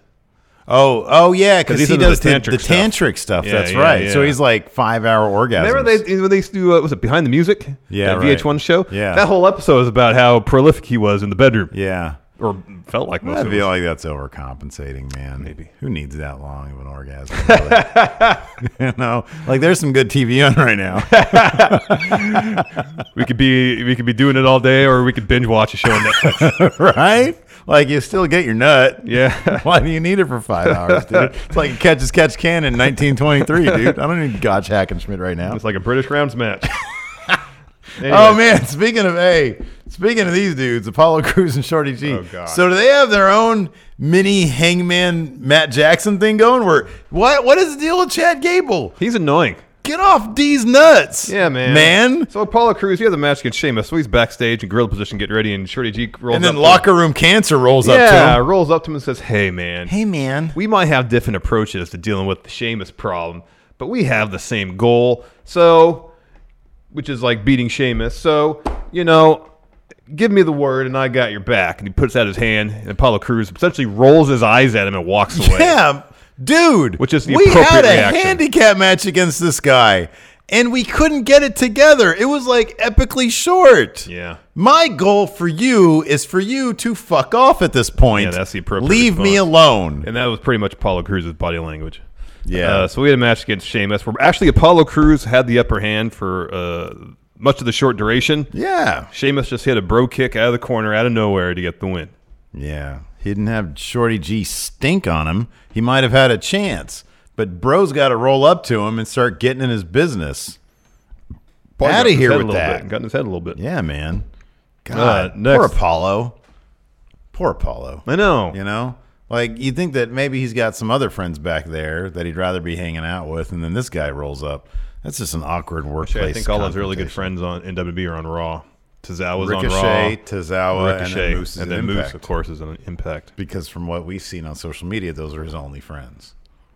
[SPEAKER 1] oh, oh yeah, because
[SPEAKER 3] he's
[SPEAKER 1] he
[SPEAKER 3] into the
[SPEAKER 1] does the
[SPEAKER 3] tantric
[SPEAKER 1] the
[SPEAKER 3] stuff.
[SPEAKER 1] tantric stuff.
[SPEAKER 3] Yeah,
[SPEAKER 1] that's
[SPEAKER 3] yeah,
[SPEAKER 1] right. So
[SPEAKER 3] yeah.
[SPEAKER 1] he's like five hour orgasms.
[SPEAKER 3] Remember they when they used to do uh, was it behind the music?
[SPEAKER 1] Yeah,
[SPEAKER 3] that
[SPEAKER 1] right.
[SPEAKER 3] VH1 show.
[SPEAKER 1] Yeah.
[SPEAKER 3] that whole episode is about how prolific he was in the bedroom,
[SPEAKER 1] yeah.
[SPEAKER 3] or felt like most
[SPEAKER 1] I
[SPEAKER 3] of it.
[SPEAKER 1] feel like that's overcompensating, man.
[SPEAKER 3] Maybe.
[SPEAKER 1] Who needs that long of an orgasm? Really? you know, like there's some good TV on right now.
[SPEAKER 3] We could be we could be doing it all day, or we could binge watch a show on Netflix.
[SPEAKER 1] right? Like you still get your nut.
[SPEAKER 3] Yeah.
[SPEAKER 1] Why do you need it for five hours, dude? It's like a catch as catch can in 1923, dude. I don't need Gotch Hackenschmidt right now.
[SPEAKER 3] it's like a British rounds match. Anyway,
[SPEAKER 1] Oh man, speaking of hey, Speaking of these dudes, Apollo Crews and Shorty G.
[SPEAKER 3] Oh, God.
[SPEAKER 1] So do they have their own mini Hangman Matt Jackson thing going? Where what what is the deal with Chad Gable?
[SPEAKER 3] He's annoying.
[SPEAKER 1] Get off D's nuts.
[SPEAKER 3] Yeah, man.
[SPEAKER 1] Man.
[SPEAKER 3] So Apollo Crews, he has a match against Sheamus. So he's backstage in gorilla position, getting ready, and Shorty G rolls
[SPEAKER 1] And then
[SPEAKER 3] up
[SPEAKER 1] locker room cancer rolls
[SPEAKER 3] to him.
[SPEAKER 1] up
[SPEAKER 3] Yeah,
[SPEAKER 1] to him.
[SPEAKER 3] rolls up to him and says, "Hey, man,
[SPEAKER 1] Hey man.
[SPEAKER 3] we might have different approaches to dealing with the Sheamus problem, but we have the same goal. So, which is like beating Sheamus. So, you know, give me the word and I got your back. And he puts out his hand, and Apollo Crews essentially rolls his eyes at him and walks away.
[SPEAKER 1] Yeah, dude.
[SPEAKER 3] Which is the
[SPEAKER 1] we
[SPEAKER 3] appropriate
[SPEAKER 1] had a
[SPEAKER 3] reaction.
[SPEAKER 1] handicap match against this guy, and we couldn't get it together. It was like epically short.
[SPEAKER 3] Yeah.
[SPEAKER 1] My goal for you is for you to fuck off at this point.
[SPEAKER 3] Yeah, that's the appropriate
[SPEAKER 1] Leave me
[SPEAKER 3] response.
[SPEAKER 1] alone.
[SPEAKER 3] And uh, that was pretty much Apollo Cruz's body language.
[SPEAKER 1] Yeah.
[SPEAKER 3] Uh, so we had a match against Sheamus where actually Apollo Cruz had the upper hand for uh, much of the short duration.
[SPEAKER 1] yeah,
[SPEAKER 3] Sheamus just hit a bro kick out of the corner out of nowhere to get the win.
[SPEAKER 1] yeah. He didn't have Shorty G stink on him. He might have had a chance, but Bro's got to roll up to him and start getting in his business.
[SPEAKER 3] Probably
[SPEAKER 1] Out
[SPEAKER 3] got
[SPEAKER 1] of
[SPEAKER 3] in his head
[SPEAKER 1] here
[SPEAKER 3] a
[SPEAKER 1] with
[SPEAKER 3] little
[SPEAKER 1] that.
[SPEAKER 3] Bit, got in his head a little bit.
[SPEAKER 1] Yeah, man. God, poor
[SPEAKER 3] Uh, next.
[SPEAKER 1] Apollo. Poor Apollo.
[SPEAKER 3] I know.
[SPEAKER 1] You know, like you'd think that maybe he's got some other friends back there that he'd rather be hanging out with, and then this guy rolls up. That's just an awkward workplace.
[SPEAKER 3] I think all his really good
[SPEAKER 1] confrontation.
[SPEAKER 3] friends on in WWE are on Raw. Tozawa was on Raw.
[SPEAKER 1] Ricochet, Tozawa, and
[SPEAKER 3] Ricochet,
[SPEAKER 1] then Moose is in Impact.
[SPEAKER 3] of course, is an Impact.
[SPEAKER 1] Because from what we've seen on social media, those are his only friends.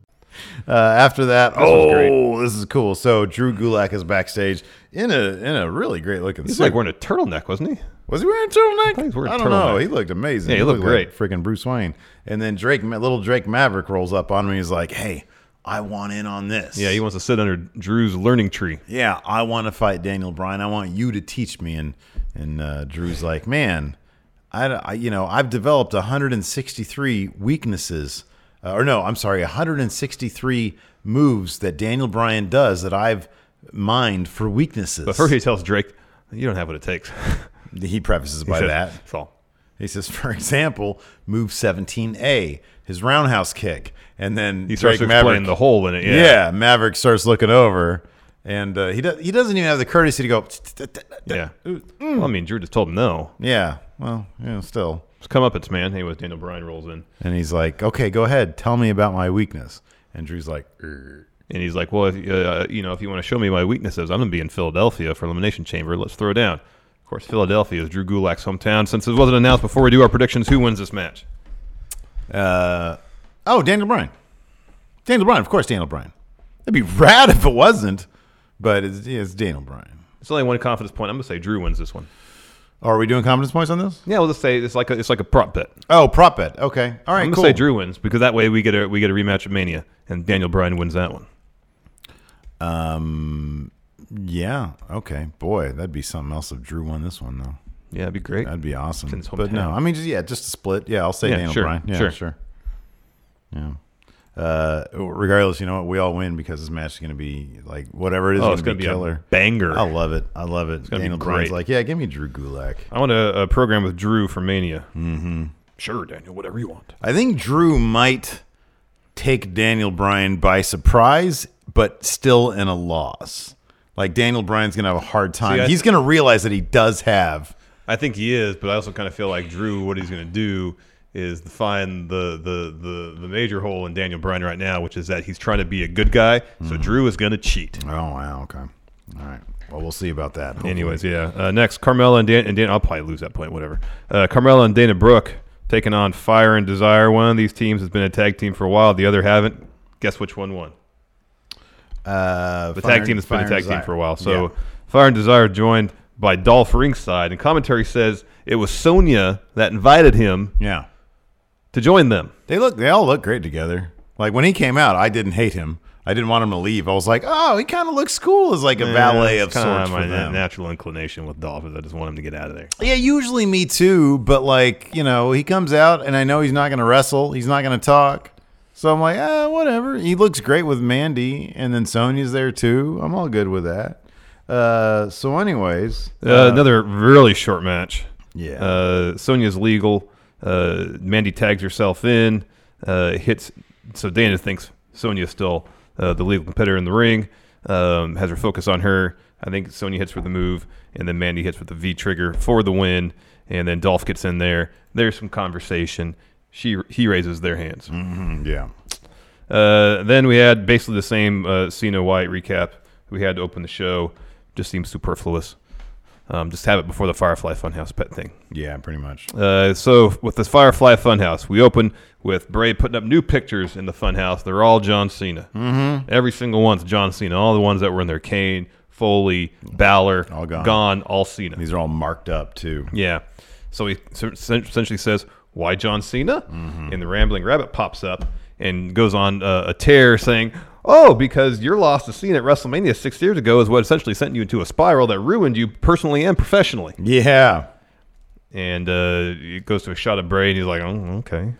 [SPEAKER 1] Uh, after that,
[SPEAKER 3] was great.
[SPEAKER 1] oh, this is cool. So Drew Gulak is backstage in a in a really great looking
[SPEAKER 3] He's
[SPEAKER 1] suit.
[SPEAKER 3] like wearing a turtleneck, wasn't he?
[SPEAKER 1] Was he wearing a turtleneck?
[SPEAKER 3] he was wearing a
[SPEAKER 1] I don't know.
[SPEAKER 3] turtleneck.
[SPEAKER 1] He looked amazing.
[SPEAKER 3] Yeah, he looked
[SPEAKER 1] Like freaking Bruce Wayne. And then Drake, Ma- little Drake Maverick, rolls up on him. and He's like, "Hey, I want in on this.
[SPEAKER 3] Yeah, he wants to sit under Drew's learning tree.
[SPEAKER 1] Yeah, I want to fight Daniel Bryan. I want you to teach me." And and uh, Drew's like, "Man, I, d- I- you know I've developed 163 weaknesses, uh, or no, I'm sorry, 163 moves that Daniel Bryan does that I've mined for weaknesses."
[SPEAKER 3] But first he tells Drake, "You don't have what it takes."
[SPEAKER 1] he prefaces
[SPEAKER 3] He
[SPEAKER 1] by
[SPEAKER 3] says,
[SPEAKER 1] that.
[SPEAKER 3] That's all.
[SPEAKER 1] He says, for example, move 17A, his roundhouse kick. And then
[SPEAKER 3] He starts
[SPEAKER 1] Drake
[SPEAKER 3] to explain
[SPEAKER 1] Maverick-
[SPEAKER 3] the hole in it. Yeah.
[SPEAKER 1] Yeah. Maverick starts looking over. And uh, he, do- he doesn't even have the courtesy to go,
[SPEAKER 3] Yeah.
[SPEAKER 1] Mm.
[SPEAKER 3] Well, I mean, Drew just told him no.
[SPEAKER 1] yeah, well, you know, still.
[SPEAKER 3] It's comeuppance, man. Anyways, Daniel Bryan rolls in,
[SPEAKER 1] And he's like, okay, go ahead. Tell me about my weakness. And Drew's like, "Er."
[SPEAKER 3] and he's like, "Well, if, uh, you know, if you want to show me my weaknesses, I'm gonna be in Philadelphia for Elimination Chamber. Let's throw down." course, Philadelphia is Drew Gulak's hometown. Since it wasn't announced before we do our predictions, who wins this match?
[SPEAKER 1] Uh, oh, Daniel Bryan. Daniel Bryan, of course, Daniel Bryan. That'd be rad if it wasn't, but it's, it's Daniel Bryan. Oh,
[SPEAKER 3] It's only one confidence point. I'm gonna say Drew wins this one.
[SPEAKER 1] Are we doing confidence points on this?
[SPEAKER 3] Yeah, we'll just say it's like a, it's like a prop bet.
[SPEAKER 1] Oh, prop bet. Okay. All right,
[SPEAKER 3] I'm gonna
[SPEAKER 1] cool.
[SPEAKER 3] say Drew wins because that way we get a we get a rematch of Mania, and Daniel Bryan wins that one.
[SPEAKER 1] Um, yeah. Okay. Boy, that'd be something else if Drew won this one, though.
[SPEAKER 3] Yeah, that'd be great.
[SPEAKER 1] That'd be
[SPEAKER 3] It's in
[SPEAKER 1] awesome.
[SPEAKER 3] his
[SPEAKER 1] But no,
[SPEAKER 3] hometown.
[SPEAKER 1] I mean, just, yeah, just a split. Yeah, I'll say
[SPEAKER 3] Yeah,
[SPEAKER 1] Daniel
[SPEAKER 3] sure,
[SPEAKER 1] Bryan. Yeah,
[SPEAKER 3] sure.
[SPEAKER 1] sure. Yeah. Uh, regardless, you know what? We all win because this match is going to be like whatever it is.
[SPEAKER 3] Oh, it's
[SPEAKER 1] going to
[SPEAKER 3] gonna be a
[SPEAKER 1] killer.
[SPEAKER 3] banger.
[SPEAKER 1] I love it. I love it.
[SPEAKER 3] gonna be
[SPEAKER 1] Daniel Bryan's
[SPEAKER 3] great.
[SPEAKER 1] like, yeah, give me Drew Gulak.
[SPEAKER 3] I want a, a program with Drew for Mania. Mm-hmm. Sure, Daniel, whatever you want.
[SPEAKER 1] I think Drew might take Daniel Bryan by surprise, but still in a loss. Like Daniel Bryan's gonna have a hard time.
[SPEAKER 3] I-
[SPEAKER 1] He's gonna realize that he does have.
[SPEAKER 3] I think he is, but I also kind of feel like Drew. What he's going to do is find the the the the major hole in Daniel Bryan right now, which is that he's trying to be a good guy. So
[SPEAKER 1] Mm-hmm.
[SPEAKER 3] Drew is going to cheat.
[SPEAKER 1] Oh wow, okay, all right. Well, we'll see about that. hopefully.
[SPEAKER 3] Anyways, yeah. Uh, next, Carmella and Dan, and Dan. I'll probably lose that point. Whatever. Uh, Carmella and Dana Brooke taking on Fire and Desire. One of these teams has been a tag team for a while. The other haven't. Guess which one won?
[SPEAKER 1] uh,
[SPEAKER 3] The
[SPEAKER 1] Fire-
[SPEAKER 3] tag team has
[SPEAKER 1] Fire
[SPEAKER 3] been a
[SPEAKER 1] and
[SPEAKER 3] tag team
[SPEAKER 1] Desire.
[SPEAKER 3] for a while. So
[SPEAKER 1] Yeah.
[SPEAKER 3] Fire and Desire joined by Dolph Ringside, and commentary says it was Sonya that invited him
[SPEAKER 1] yeah,
[SPEAKER 3] to join them.
[SPEAKER 1] they look. They all look great together. Like when he came out, I didn't hate him. I didn't want him to leave. I was like, oh, he kind of looks cool as like a valet
[SPEAKER 3] Yeah,
[SPEAKER 1] of
[SPEAKER 3] that's kinda
[SPEAKER 1] sorts
[SPEAKER 3] my
[SPEAKER 1] for them.
[SPEAKER 3] natural inclination with Dolph is I just want him to get out of there.
[SPEAKER 1] Yeah, usually me too, but like, you know, he comes out and I know he's not going to wrestle, he's not going to talk. So I'm like, ah, whatever. He looks great with Mandy, and then Sonya's there too. I'm all good with that. Uh, so, anyways,
[SPEAKER 3] Uh, another really short match.
[SPEAKER 1] Yeah.
[SPEAKER 3] Uh, Sonya's legal. Uh, Mandy tags herself in, uh, hits. So Dana thinks Sonya's still uh, the legal competitor in the ring, um, has her focus on her. I think Sonya hits with the move, and then Mandy hits with the V trigger for the win, and then Dolph gets in there. There's some conversation. She he raises their hands.
[SPEAKER 1] um, yeah,
[SPEAKER 3] Uh, then we had basically the same uh, Cena White recap we had to open the show. Just seems superfluous. Um, just have it before the Firefly Funhouse pet thing.
[SPEAKER 1] yeah, pretty much.
[SPEAKER 3] Uh, so with this Firefly Funhouse, we open with Bray putting up new pictures in the Funhouse. They're all John Cena. Mm-hmm. Every single one's John Cena. All the ones that were in there, Kane, Foley, Balor,
[SPEAKER 1] All gone.
[SPEAKER 3] all Cena.
[SPEAKER 1] These are all marked up too.
[SPEAKER 3] Yeah. So he s- essentially says, "Why John Cena?" And the rambling rabbit pops up and goes on uh, a tear, saying, "Oh, because your loss to Cena at WrestleMania six years ago is what essentially sent you into a spiral that ruined you personally and professionally."
[SPEAKER 1] Yeah.
[SPEAKER 3] And uh, it goes to a shot of Bray, and he's like, "Oh, okay."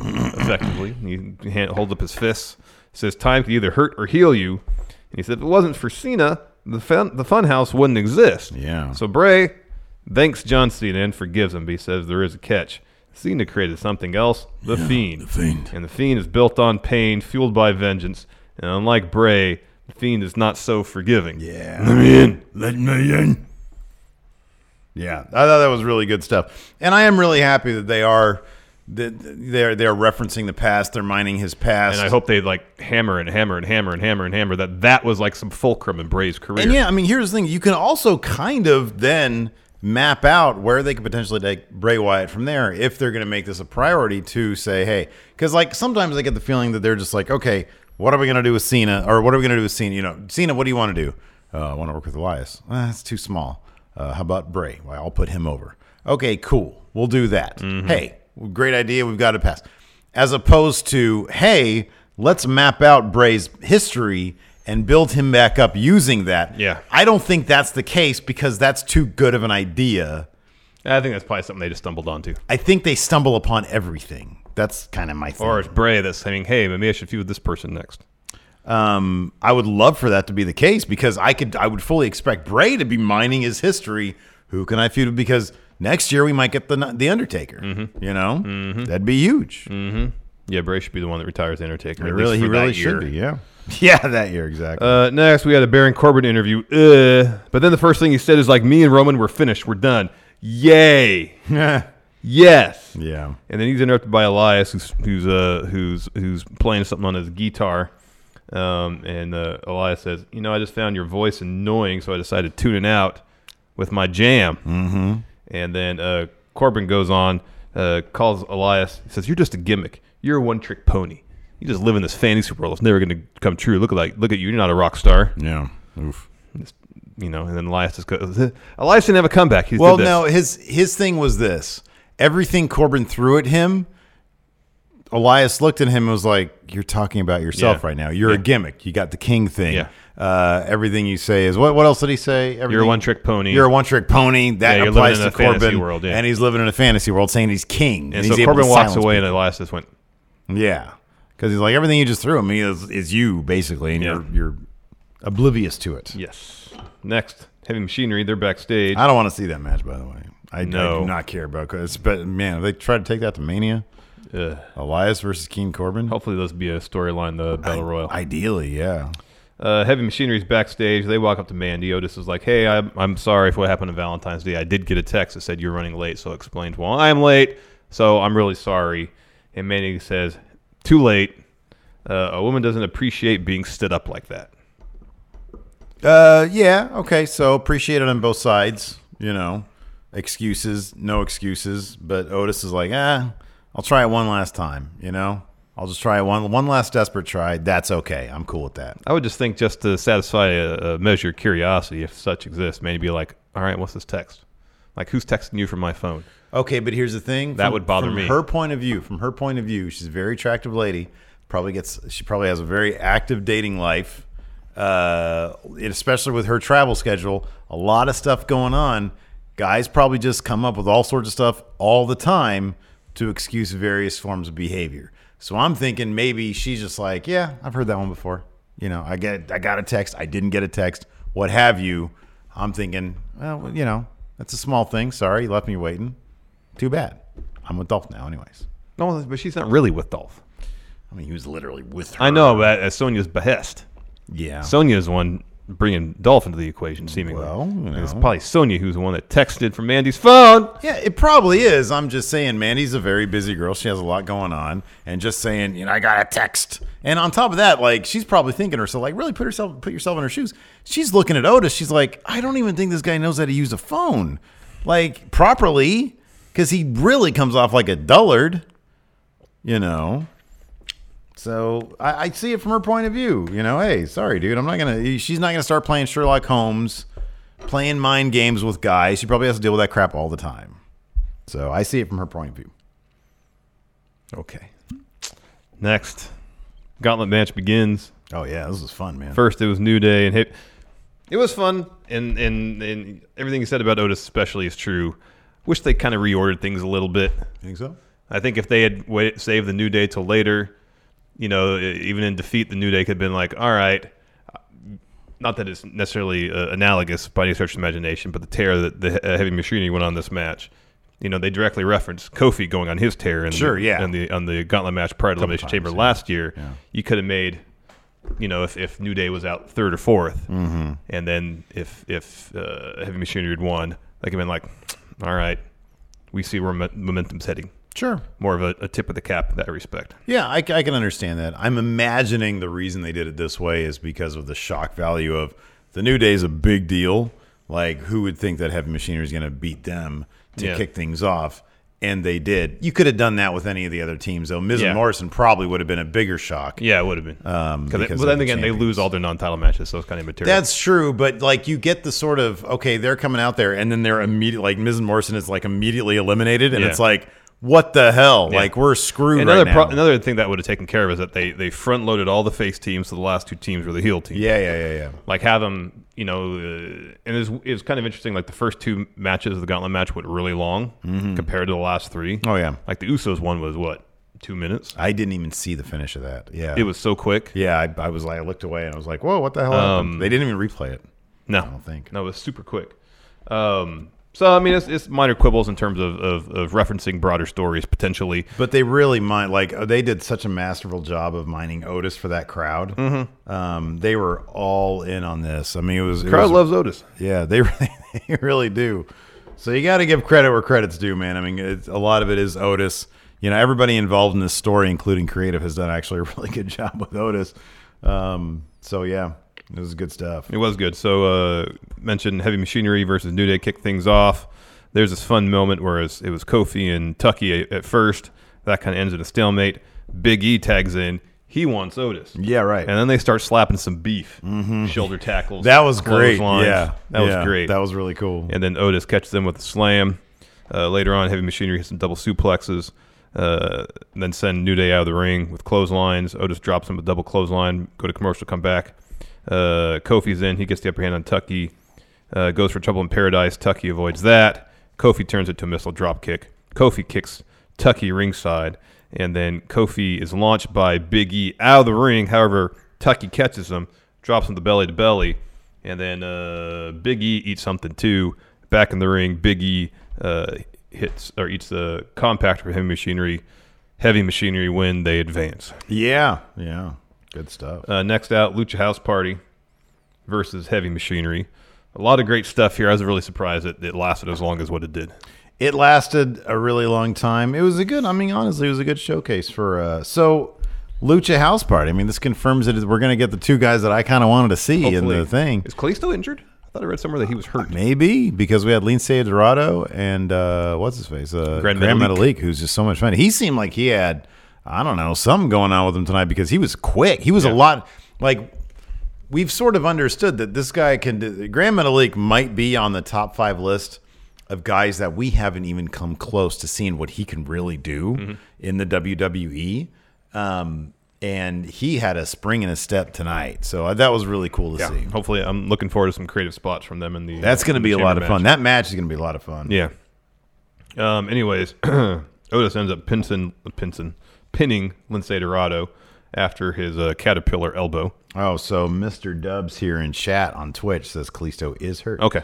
[SPEAKER 3] Effectively, he hand, holds up his fists, says, "Time can either hurt or heal you." And he said, "If it wasn't for Cena, the fun, the Funhouse wouldn't exist."
[SPEAKER 1] Yeah.
[SPEAKER 3] So Bray thanks John Cena and forgives him, but he says there is a catch. Cena created something else, the Fiend. The Fiend. And the Fiend is built on pain, fueled by vengeance. And unlike Bray, the Fiend is not so forgiving.
[SPEAKER 1] Yeah.
[SPEAKER 4] Let me in. Let me in.
[SPEAKER 1] Yeah, I thought that was really good stuff, and I am really happy that they are that they're they're referencing the past. They're mining his past,
[SPEAKER 3] And I hope they like hammer and hammer and hammer and hammer and hammer that that was like some fulcrum in Bray's career.
[SPEAKER 1] And yeah, I mean, here's the thing: you can also kind of then map out where they could potentially take Bray Wyatt from there if they're going to make this a priority to say, hey, because like sometimes I get the feeling that they're just like, okay, what are we going to do with Cena, or what are we going to do with Cena? You know, Cena, what do you want to do? Uh, I want to work with Elias. Uh, that's too small. Uh, how about Bray? Well, I'll put him over. Okay, cool. We'll do that. Hey, great idea. We've got to pass. As opposed to, hey, let's map out Bray's history and build him back up using that.
[SPEAKER 3] Yeah.
[SPEAKER 1] I don't think that's the case because that's too good of an idea.
[SPEAKER 3] I think that's probably something they just stumbled onto.
[SPEAKER 1] I think they stumble upon everything. That's kind of my thing.
[SPEAKER 3] Or it's Bray that's saying, hey, maybe I should feud with this person next.
[SPEAKER 1] um, I would love for that to be the case because I could, I would fully expect Bray to be mining his history. Who can I feud with? Because next year we might get the the Undertaker. You know, that'd be huge.
[SPEAKER 3] Yeah, Bray should be the one that retires the Undertaker.
[SPEAKER 1] He
[SPEAKER 3] at
[SPEAKER 1] Mm-hmm. really,
[SPEAKER 3] least
[SPEAKER 1] he
[SPEAKER 3] for that
[SPEAKER 1] really should be.
[SPEAKER 3] year.
[SPEAKER 1] Yeah, yeah, that year exactly.
[SPEAKER 3] Uh, next, we had a Baron Corbin interview. Uh, but then the first thing he said is like, "Me and Roman, we're finished. We're done. Yay! yes."
[SPEAKER 1] yeah.
[SPEAKER 3] And then he's interrupted by Elias, who's who's uh who's who's playing something on his guitar. Um, and uh, Elias says, "You know, I just found your voice annoying, so I decided to tune it out." with my jam. Mm-hmm. And then uh, Corbin goes on, uh, calls Elias, says, "You're just a gimmick. You're a one-trick pony. You just live in this fantasy world. It's never going to come true. Look at like, look at you. You're not a rock star.
[SPEAKER 1] Yeah. Oof.
[SPEAKER 3] you know." And then Elias just goes, "Elias didn't have a comeback. He just
[SPEAKER 1] well,
[SPEAKER 3] did this.
[SPEAKER 1] no, his his thing was this: everything Corbin threw at him, Elias looked at him and was like, "You're talking about yourself
[SPEAKER 3] Yeah.
[SPEAKER 1] right now. You're a gimmick. You got the king thing.
[SPEAKER 3] Yeah.
[SPEAKER 1] Uh, everything you say is what? What else did he say? Everything,
[SPEAKER 3] one-trick pony.
[SPEAKER 1] You're a one trick pony. That
[SPEAKER 3] Yeah, you're living
[SPEAKER 1] applies
[SPEAKER 3] in
[SPEAKER 1] to
[SPEAKER 3] a fantasy
[SPEAKER 1] Corbin.
[SPEAKER 3] world, yeah.
[SPEAKER 1] And he's living in a fantasy world, saying he's king.
[SPEAKER 3] And,
[SPEAKER 1] he's
[SPEAKER 3] so
[SPEAKER 1] able to
[SPEAKER 3] Corbin walks
[SPEAKER 1] silence
[SPEAKER 3] away,
[SPEAKER 1] people.
[SPEAKER 3] and Elias just went,
[SPEAKER 1] yeah, because he's like, everything you just threw at me is, is you basically, and you're you're oblivious to it.
[SPEAKER 3] "Yes." Next, heavy machinery. They're backstage.
[SPEAKER 1] I don't want to see that match, by the way. I, I
[SPEAKER 3] No.
[SPEAKER 1] do not care about because, but man, if they try to take that to Mania. Elias versus King Corbin.
[SPEAKER 3] Hopefully, this will be a storyline. The battle royal.
[SPEAKER 1] Ideally, yeah.
[SPEAKER 3] Uh, Heavy Machinery's backstage. They walk up to Mandy. Otis is like, "Hey, I'm, I'm sorry for what happened on Valentine's Day. I did get a text that said you're running late, so I explained well I'm late. So I'm really sorry." And Mandy says, "Too late. Uh, a woman doesn't appreciate being stood up like that."
[SPEAKER 1] Uh, yeah. Okay. So appreciate it on both sides. You know, excuses, no excuses. But Otis is like, ah, I'll try it one last time. You know, I'll just try it one one last desperate try. That's okay. I'm cool with that.
[SPEAKER 3] I would just think, just to satisfy a, a measure of curiosity, if such exists, Mandy be like, "All right, what's this text? Like, who's texting you from my phone?"
[SPEAKER 1] Okay, but here's the thing.
[SPEAKER 3] That would bother
[SPEAKER 1] from
[SPEAKER 3] me.
[SPEAKER 1] Her point of view, from her point of view, she's a very attractive lady. Probably gets she probably has a very active dating life. Uh, and especially with her travel schedule, a lot of stuff going on. Guys probably just come up with all sorts of stuff all the time to excuse various forms of behavior. So I'm thinking maybe she's just like, yeah, I've heard that one before. You know, I get I got a text, I didn't get a text, what have you. I'm thinking, well, you know, that's a small thing. Sorry, you left me waiting. Too bad. I'm with Dolph now, anyways.
[SPEAKER 3] No, but she's not really with Dolph.
[SPEAKER 1] I mean, he was literally with her.
[SPEAKER 3] I know, but at Sonia's behest.
[SPEAKER 1] Yeah.
[SPEAKER 3] Sonia's the one bringing Dolph into the equation, seemingly. And It's probably Sonia who's the one that texted from Mandy's phone.
[SPEAKER 1] Yeah, it probably is. I'm just saying, Mandy's a very busy girl. She has a lot going on, and just saying, you know, I got a text. And on top of that, like she's probably thinking to herself, like, really put herself, put yourself in her shoes. She's looking at Otis. She's like, I don't even think this guy knows how to use a phone, like properly, because he really comes off like a dullard, you know. So I, I see it from her point of view. You know, hey, sorry, dude, I'm not gonna. She's not gonna start playing Sherlock Holmes, playing mind games with guys. She probably has to deal with that crap all the time. So I see it from her point of view. Okay.
[SPEAKER 3] Next, gauntlet match begins.
[SPEAKER 1] Oh yeah, this is fun, man.
[SPEAKER 3] First, it was New Day and Hip. It was fun, and and and everything you said about Otis especially is true. Wish they kind of reordered things a little bit.
[SPEAKER 1] Think so?
[SPEAKER 3] I think if they had wait, saved the New Day till later, you know, e- even in defeat, the New Day could have been like, all right, uh, not that it's necessarily uh, analogous by any stretch of the imagination, but the tear that the uh, heavy machinery went on this match, you know, they directly referenced Kofi going on his tear in
[SPEAKER 1] Sure,
[SPEAKER 3] the,
[SPEAKER 1] yeah.
[SPEAKER 3] in the on the gauntlet match prior to Elimination Chamber last year. You could have made, you know, if, if New Day was out third or 4th
[SPEAKER 1] Mm-hmm.
[SPEAKER 3] and then if if uh, heavy machinery had won, they could have been like, all right, we see where mo- momentum's heading.
[SPEAKER 1] Sure.
[SPEAKER 3] More of a, a tip of the cap in that respect.
[SPEAKER 1] Yeah, I, I can understand that. I'm imagining the reason they did it this way is because of the shock value of the New Day's a big deal. Like, who would think that Heavy Machinery is going to beat them to
[SPEAKER 3] Yeah.
[SPEAKER 1] kick things off? And they did. You could have done that with any of the other teams, though. Miz
[SPEAKER 3] Yeah.
[SPEAKER 1] and Morrison probably would have been a bigger shock.
[SPEAKER 3] Yeah, it would have been.
[SPEAKER 1] Um,
[SPEAKER 3] Cause they-
[SPEAKER 1] because
[SPEAKER 3] but
[SPEAKER 1] they're
[SPEAKER 3] then
[SPEAKER 1] the
[SPEAKER 3] again, they
[SPEAKER 1] champions.
[SPEAKER 3] lose all their non-title matches, so it's kind of immaterial.
[SPEAKER 1] That's true, but like you get the sort of okay, they're coming out there, and then they're immediate. Like Miz and Morrison is like immediately eliminated, and
[SPEAKER 3] Yeah.
[SPEAKER 1] it's like, what the hell?
[SPEAKER 3] Yeah.
[SPEAKER 1] Like we're screwed
[SPEAKER 3] another
[SPEAKER 1] right
[SPEAKER 3] pro-
[SPEAKER 1] now.
[SPEAKER 3] another thing that would have taken care of is that they they front loaded all the face teams, so the last two teams were the heel teams.
[SPEAKER 1] yeah, yeah, yeah, yeah.
[SPEAKER 3] Like have them, you know, uh, and it was, it was kind of interesting. Like the first two matches of the Gauntlet match went really long compared to the last three.
[SPEAKER 1] Mm-hmm. Oh, yeah.
[SPEAKER 3] like the Usos one was what two minutes.
[SPEAKER 1] I didn't even see the finish of that. Yeah,
[SPEAKER 3] It was so quick.
[SPEAKER 1] Yeah, I, I was like, I looked away, and I was like, whoa, what the hell? happened? They didn't even replay it.
[SPEAKER 3] Um, No,
[SPEAKER 1] I don't think.
[SPEAKER 3] No, it was super quick. Um, so I mean, it's, it's minor quibbles in terms of, of of referencing broader stories potentially.
[SPEAKER 1] But they really mind like oh, they did such a masterful job of mining Otis for that crowd. Um, they were all in on this. I mean, it was it
[SPEAKER 3] Mm-hmm. Crowd
[SPEAKER 1] was-
[SPEAKER 3] loves Otis.
[SPEAKER 1] Yeah, they really, they really do. So you got to give credit where credit's due, man. I mean, it's, a lot of it is Otis. You know, everybody involved in this story, including creative, has done actually a really good job with Otis. Um, so yeah, It was good stuff.
[SPEAKER 3] It was good. So uh, mentioned heavy machinery versus New Day kick things off. There's this fun moment where it's- it was Kofi and Tucky at, at first. That kind of ends in a stalemate. Big E tags in. He wants Otis.
[SPEAKER 1] Yeah, right. Mm-hmm.
[SPEAKER 3] And then they start slapping some beef, shoulder tackles.
[SPEAKER 1] That was great.
[SPEAKER 3] clotheslines.
[SPEAKER 1] Yeah.
[SPEAKER 3] that
[SPEAKER 1] Yeah.
[SPEAKER 3] was great.
[SPEAKER 1] That was really cool.
[SPEAKER 3] And then Otis catches them with a slam. Uh, later on, Heavy Machinery hits some double suplexes, uh, and then send New Day out of the ring with clotheslines. Otis drops him with double clothesline. Go to commercial, come back. Uh, Kofi's in. He gets the upper hand on Tucky. Uh, goes for trouble in paradise. Tucky avoids that. Kofi turns it to a missile drop kick. Kofi kicks Tucky ringside, and then Kofi is launched by Big E out of the ring. However, Tucky catches him, drops him to belly to belly, and then uh, Big E eats something too. Back in the ring, Big E uh, hits or eats the compact for heavy machinery. Heavy machinery win. They advance.
[SPEAKER 1] Yeah. Yeah. Good stuff.
[SPEAKER 3] Uh, next out, Lucha House Party versus Heavy Machinery. A lot of great stuff here. I was really surprised that it lasted as long as what it did.
[SPEAKER 1] It lasted a really long time. It was a good. I mean, honestly, it was a good showcase for. Uh, so, Lucha House Party. I mean, this confirms that we're going to get the two guys that I kind of wanted to see in
[SPEAKER 3] Hopefully.
[SPEAKER 1] the thing.
[SPEAKER 3] Is Clay still injured? I thought I read somewhere that he was hurt.
[SPEAKER 1] Maybe because we had Lince Dorado and uh, what's his face, uh,
[SPEAKER 3] Grand
[SPEAKER 1] Grand
[SPEAKER 3] Metalik.
[SPEAKER 1] Metalik, who's just so much fun. He seemed like he had, I don't know, something going on with him tonight because he was quick. He was a lot like we've sort of understood that this guy can. do- Grand Metalik might be on the top five list of guys that we haven't even come close to seeing what he can really do
[SPEAKER 3] Mm-hmm.
[SPEAKER 1] in the WWE. Um, and he had a spring in his step tonight, so uh, that was really cool to see.
[SPEAKER 3] Hopefully, I'm looking forward to some creative spots from them in the.
[SPEAKER 1] That's going to
[SPEAKER 3] in the
[SPEAKER 1] be a
[SPEAKER 3] chamber
[SPEAKER 1] lot of fun.
[SPEAKER 3] match.
[SPEAKER 1] That match is going to be a lot of fun.
[SPEAKER 3] yeah. Um, anyways, Otis ends up pinson, pinson, pinning Lince Dorado after his uh, caterpillar elbow.
[SPEAKER 1] Oh, so Mr. Dubs here in chat on Twitch says Kalisto is hurt.
[SPEAKER 3] Okay.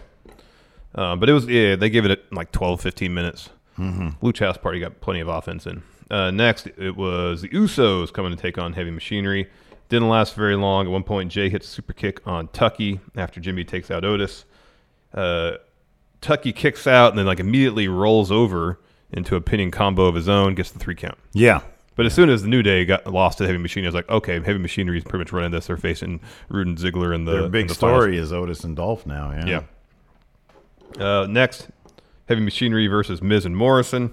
[SPEAKER 3] Uh, but it was, yeah, they gave it like 12, 15 minutes. Mm-hmm. Luch House Party got plenty of offense in. Uh, next, it was the Usos coming to take on Heavy Machinery. Didn't last very long. At one point, Jay hits a super kick on Tucky after Jimmy takes out Otis. Uh, Tucky kicks out and then like immediately rolls over into a pinning combo of his own, gets the three count.
[SPEAKER 1] Yeah.
[SPEAKER 3] But as soon as the New Day got lost to Heavy Machinery, I was like, okay, Heavy Machinery is pretty much running this. They're facing Rude and Ziggler in the
[SPEAKER 1] Their
[SPEAKER 3] in
[SPEAKER 1] big
[SPEAKER 3] the finals.
[SPEAKER 1] story is Otis and Dolph now. Yeah.
[SPEAKER 3] Yeah. Uh, next, Heavy Machinery versus Miz and Morrison.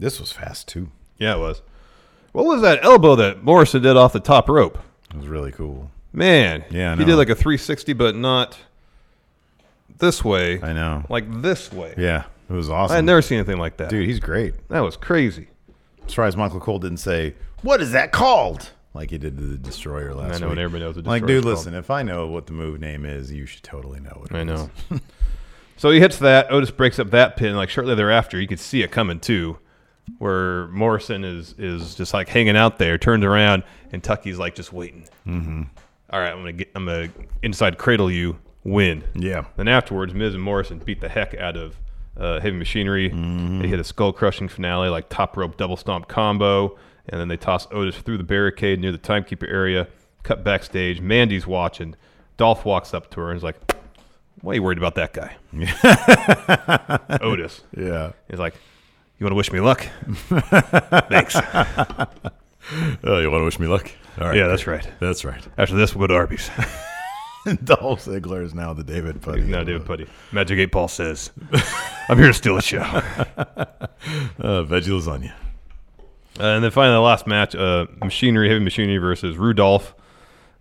[SPEAKER 1] This was fast too.
[SPEAKER 3] Yeah, it was. What was that elbow that Morrison did off the top rope?
[SPEAKER 1] It was really cool.
[SPEAKER 3] Man,
[SPEAKER 1] Yeah, I
[SPEAKER 3] he did
[SPEAKER 1] know.
[SPEAKER 3] like a 360, but not this way.
[SPEAKER 1] I know.
[SPEAKER 3] Like this way.
[SPEAKER 1] Yeah. It was
[SPEAKER 3] I
[SPEAKER 1] awesome.
[SPEAKER 3] had never seen anything like that.
[SPEAKER 1] Dude, he's great.
[SPEAKER 3] that was crazy.
[SPEAKER 1] I'm surprised Michael Cole didn't say, What is that called? Like he did to the Destroyer last
[SPEAKER 3] I know,
[SPEAKER 1] week.
[SPEAKER 3] and everybody knows what
[SPEAKER 1] Like,
[SPEAKER 3] Destroyer's
[SPEAKER 1] dude, listen, if I know what the move name is, you should totally know what it
[SPEAKER 3] I
[SPEAKER 1] is.
[SPEAKER 3] know. so he hits that. Otis breaks up that pin. Like shortly thereafter, you could see it coming too, where Morrison is is just like hanging out there, turns around, and Tucky's like just waiting. Mm-hmm. right, I'm gonna get. I'm gonna inside cradle you. Win.
[SPEAKER 1] Yeah.
[SPEAKER 3] Then afterwards, Miz and Morrison beat the heck out of uh, Heavy Machinery. They hit a skull crushing finale, like top rope double stomp combo, and then they toss Otis through the barricade near the timekeeper area. Cut backstage. Mandy's watching. Dolph walks up to her and is like, "Why are you worried about that guy?" Otis.
[SPEAKER 1] Yeah.
[SPEAKER 3] He's like, "You want to wish me luck?" Thanks.
[SPEAKER 4] Oh, you want to wish me luck? All right.
[SPEAKER 3] Yeah, that's right.
[SPEAKER 4] That's right.
[SPEAKER 3] After this, we'll go to Arby's.
[SPEAKER 1] Dolph Ziggler is now the David Putty.
[SPEAKER 3] no, dude, putty. Magic Eight Ball says, "I'm here to steal a show."
[SPEAKER 4] Uh, veggie lasagna.
[SPEAKER 3] Uh, and then finally, the last match: uh, Machinery, Heavy Machinery versus Rudolph.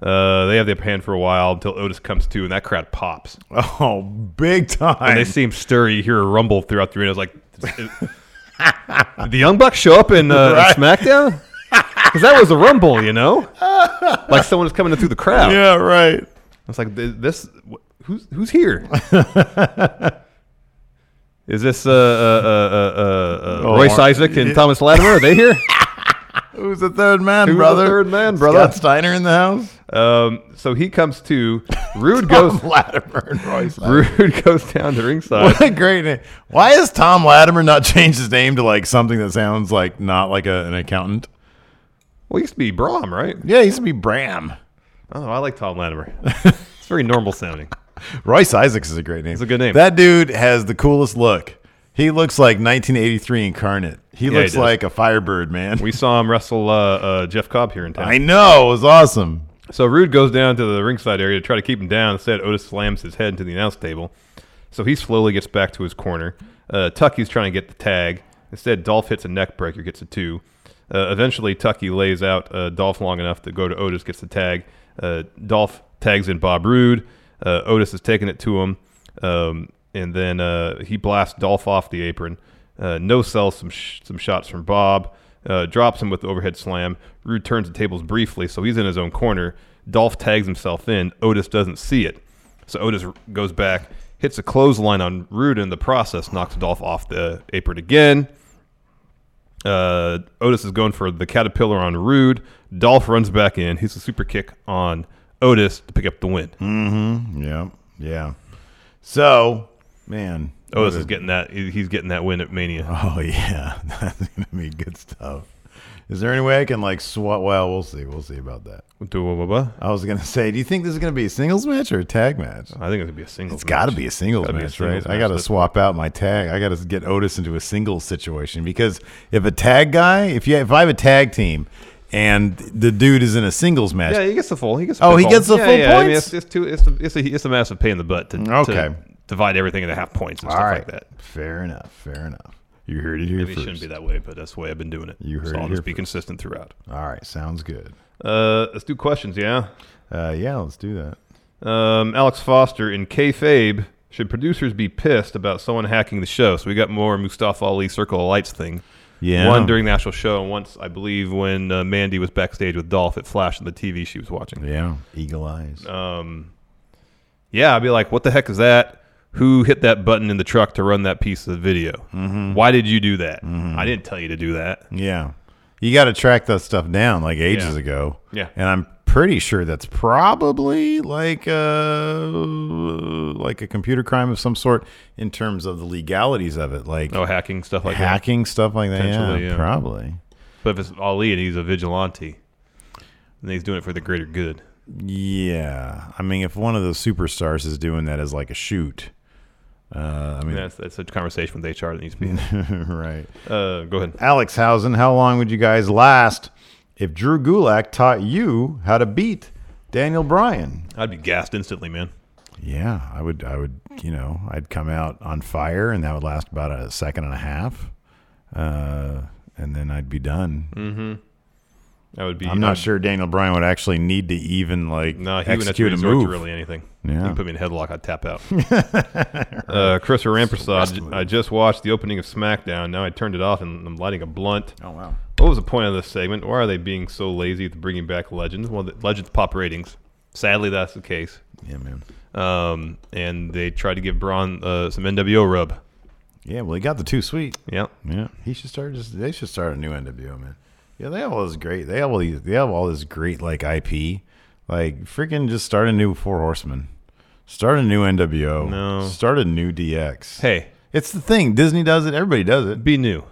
[SPEAKER 3] Uh, they have the upper hand for a while until Otis comes to, and that crowd pops.
[SPEAKER 1] Oh, big time.
[SPEAKER 3] And they seem stir. You hear a rumble throughout the arena. It's like Did the Young Bucks show up in uh, SmackDown because that was a rumble, you know, like someone was coming in through the crowd.
[SPEAKER 1] yeah, right.
[SPEAKER 3] It's like th- this. wh- Who's who's here? Is this uh, uh, uh, uh, uh, uh,
[SPEAKER 1] Oh,
[SPEAKER 3] Royce
[SPEAKER 1] Ar-
[SPEAKER 3] Isaac and Thomas Latimer? Are they here?
[SPEAKER 1] Who's the third man,
[SPEAKER 3] Who's the
[SPEAKER 1] brother?
[SPEAKER 3] third man, brother?
[SPEAKER 1] Scott Steiner in the house?
[SPEAKER 3] Um, so he comes to. Rude goes.
[SPEAKER 1] Latimer and Royce.
[SPEAKER 3] Rude goes down to ringside.
[SPEAKER 1] What a great name. Why has Tom Latimer not changed his name to like something that sounds like not like a, an accountant?
[SPEAKER 3] Well, he used to be Braum, right?
[SPEAKER 1] Yeah, he used to be Bram.
[SPEAKER 3] Oh, I like Tom Latimer. it's very normal sounding.
[SPEAKER 1] Royce Isaacs is a great name. It's
[SPEAKER 3] a good name.
[SPEAKER 1] That dude has the coolest look. He looks like 1983 incarnate. He
[SPEAKER 3] he
[SPEAKER 1] looks
[SPEAKER 3] does.
[SPEAKER 1] like a firebird, man.
[SPEAKER 3] We saw him wrestle uh, uh, Jeff Cobb here in town.
[SPEAKER 1] I know. It was awesome.
[SPEAKER 3] So Rude goes down to the ringside area to try to keep him down. Instead, Otis slams his head into the announce table. So he slowly gets back to his corner. Uh, Tucky's trying to get the tag. Instead, Dolph hits a neck breaker, gets a two. Uh, eventually, Tucky lays out uh, Dolph long enough to go to Otis, gets the tag. Uh, Dolph tags in Bob Rude. Uh, Otis is taking it to him. Um, and then uh, he blasts Dolph off the apron. Uh, no sells some sh- some shots from Bob. Uh, drops him with the overhead slam. Rude turns the tables briefly, so he's in his own corner. Dolph tags himself in. Otis doesn't see it, so Otis r- goes back, hits a clothesline on Rude, and in the process knocks Dolph off the apron again. Uh, Otis is going for the caterpillar on Rude. Dolph runs back in. He's a super kick on Otis to pick up the win.
[SPEAKER 4] Mm-hmm. Yeah. Yeah. So, man,
[SPEAKER 3] Otis
[SPEAKER 4] what
[SPEAKER 3] is
[SPEAKER 4] a-
[SPEAKER 3] getting that. He's getting that win at Mania.
[SPEAKER 4] Oh yeah, that's gonna be good stuff. Is there any way I can like swap? Well, we'll see. We'll see about that. I was gonna say, do you think this is gonna be a singles match or a tag match?
[SPEAKER 3] I think it's gonna be a singles.
[SPEAKER 4] It's got to
[SPEAKER 3] match.
[SPEAKER 4] be a singles
[SPEAKER 3] Gotta be a
[SPEAKER 4] match,
[SPEAKER 3] singles
[SPEAKER 4] right? I
[SPEAKER 3] match,
[SPEAKER 4] got to
[SPEAKER 3] but-
[SPEAKER 4] swap out my tag. I got to get Otis into a singles situation because if a tag guy, if you, if I have a tag team, and the dude is in a singles match,
[SPEAKER 3] Yeah, he gets the full. He gets.
[SPEAKER 4] Oh, he
[SPEAKER 3] full.
[SPEAKER 4] gets the
[SPEAKER 3] yeah,
[SPEAKER 4] full
[SPEAKER 3] yeah, I mean,
[SPEAKER 4] points?
[SPEAKER 3] it's, it's, too, it's, a, it's, a, it's a massive pain in the butt to, to
[SPEAKER 4] Okay.
[SPEAKER 3] divide everything into half points and
[SPEAKER 4] All
[SPEAKER 3] stuff
[SPEAKER 4] right.
[SPEAKER 3] like that.
[SPEAKER 4] Fair enough. Fair enough. You heard it here
[SPEAKER 3] Maybe it
[SPEAKER 4] first.
[SPEAKER 3] shouldn't be that way, but that's the way I've been doing it.
[SPEAKER 4] You heard
[SPEAKER 3] so
[SPEAKER 4] it
[SPEAKER 3] I'll
[SPEAKER 4] here
[SPEAKER 3] just be consistent throughout.
[SPEAKER 4] All right, sounds good.
[SPEAKER 3] Uh, let's do questions. Yeah.
[SPEAKER 4] Uh, yeah, let's do that.
[SPEAKER 3] Um, Alex Foster in kayfabe. Should producers be pissed about someone hacking the show? So we got more Mustafa Ali Circle of Lights thing.
[SPEAKER 4] Yeah.
[SPEAKER 3] One during the actual show, and once I believe when uh, Mandy was backstage with Dolph, it flashed on the TV she was watching.
[SPEAKER 4] Yeah, eagle eyes.
[SPEAKER 3] Um, yeah, I'd be like, what the heck is that? Who hit that button in the truck to run that piece of video?
[SPEAKER 4] Mhm.
[SPEAKER 3] Why did you do that?
[SPEAKER 4] Mm-hmm.
[SPEAKER 3] I didn't tell you to do that.
[SPEAKER 4] Yeah. You got to track that stuff down like ages
[SPEAKER 3] Yeah.
[SPEAKER 4] ago.
[SPEAKER 3] Yeah.
[SPEAKER 4] And I'm pretty sure that's probably like uh like a computer crime of some sort in terms of the legalities of it like
[SPEAKER 3] No hacking stuff like that.
[SPEAKER 4] hacking stuff like that. Yeah,
[SPEAKER 3] Oh, Potentially, yeah.
[SPEAKER 4] probably.
[SPEAKER 3] But if it's Ali and he's a vigilante, then he's doing it for the greater good.
[SPEAKER 4] Yeah. I mean if one of those superstars is doing that as like a shoot. Uh I
[SPEAKER 3] I mean,
[SPEAKER 4] mean
[SPEAKER 3] that's, that's a conversation with HR that needs to be had.
[SPEAKER 4] right.
[SPEAKER 3] Uh, go ahead.
[SPEAKER 4] Alex Housen, how long would you guys last if Drew Gulak taught you how to beat Daniel Bryan?
[SPEAKER 3] I'd be gassed instantly, man.
[SPEAKER 4] Yeah, I would. I would. You know, I'd come out on fire, and that would last about a second and a half, uh, and then I'd be done.
[SPEAKER 3] Mm-hmm. That would be.
[SPEAKER 4] I'm not sure Daniel Bryan would actually need to even like
[SPEAKER 3] No, he wouldn't have to
[SPEAKER 4] execute a
[SPEAKER 3] resort
[SPEAKER 4] move.
[SPEAKER 3] to really anything.
[SPEAKER 4] Yeah.
[SPEAKER 3] You put me in a headlock, I'd tap out. uh, Chris Rampersad, I just watched the opening of SmackDown. Now I turned it off and I'm lighting a blunt.
[SPEAKER 4] Oh, wow.
[SPEAKER 3] What was the point of this segment? Why are they being so lazy with bringing back Legends? Well, the, Legends pop ratings. Sadly, that's the case.
[SPEAKER 4] Yeah, man.
[SPEAKER 3] Um, and they tried to give Braun uh, some NWO rub.
[SPEAKER 4] Yeah, well, he got the two sweet.
[SPEAKER 3] Yeah.
[SPEAKER 4] Yeah, he should start. Just they should start a new NWO, man. Yeah, they have all this great. They have all these. They have all this great like IP. Like freaking, just start a new Four Horsemen. Start a new NWO.
[SPEAKER 3] No.
[SPEAKER 4] Start a new DX.
[SPEAKER 3] Hey.
[SPEAKER 4] it's the thing. Disney does it. Everybody does it.
[SPEAKER 3] Be new.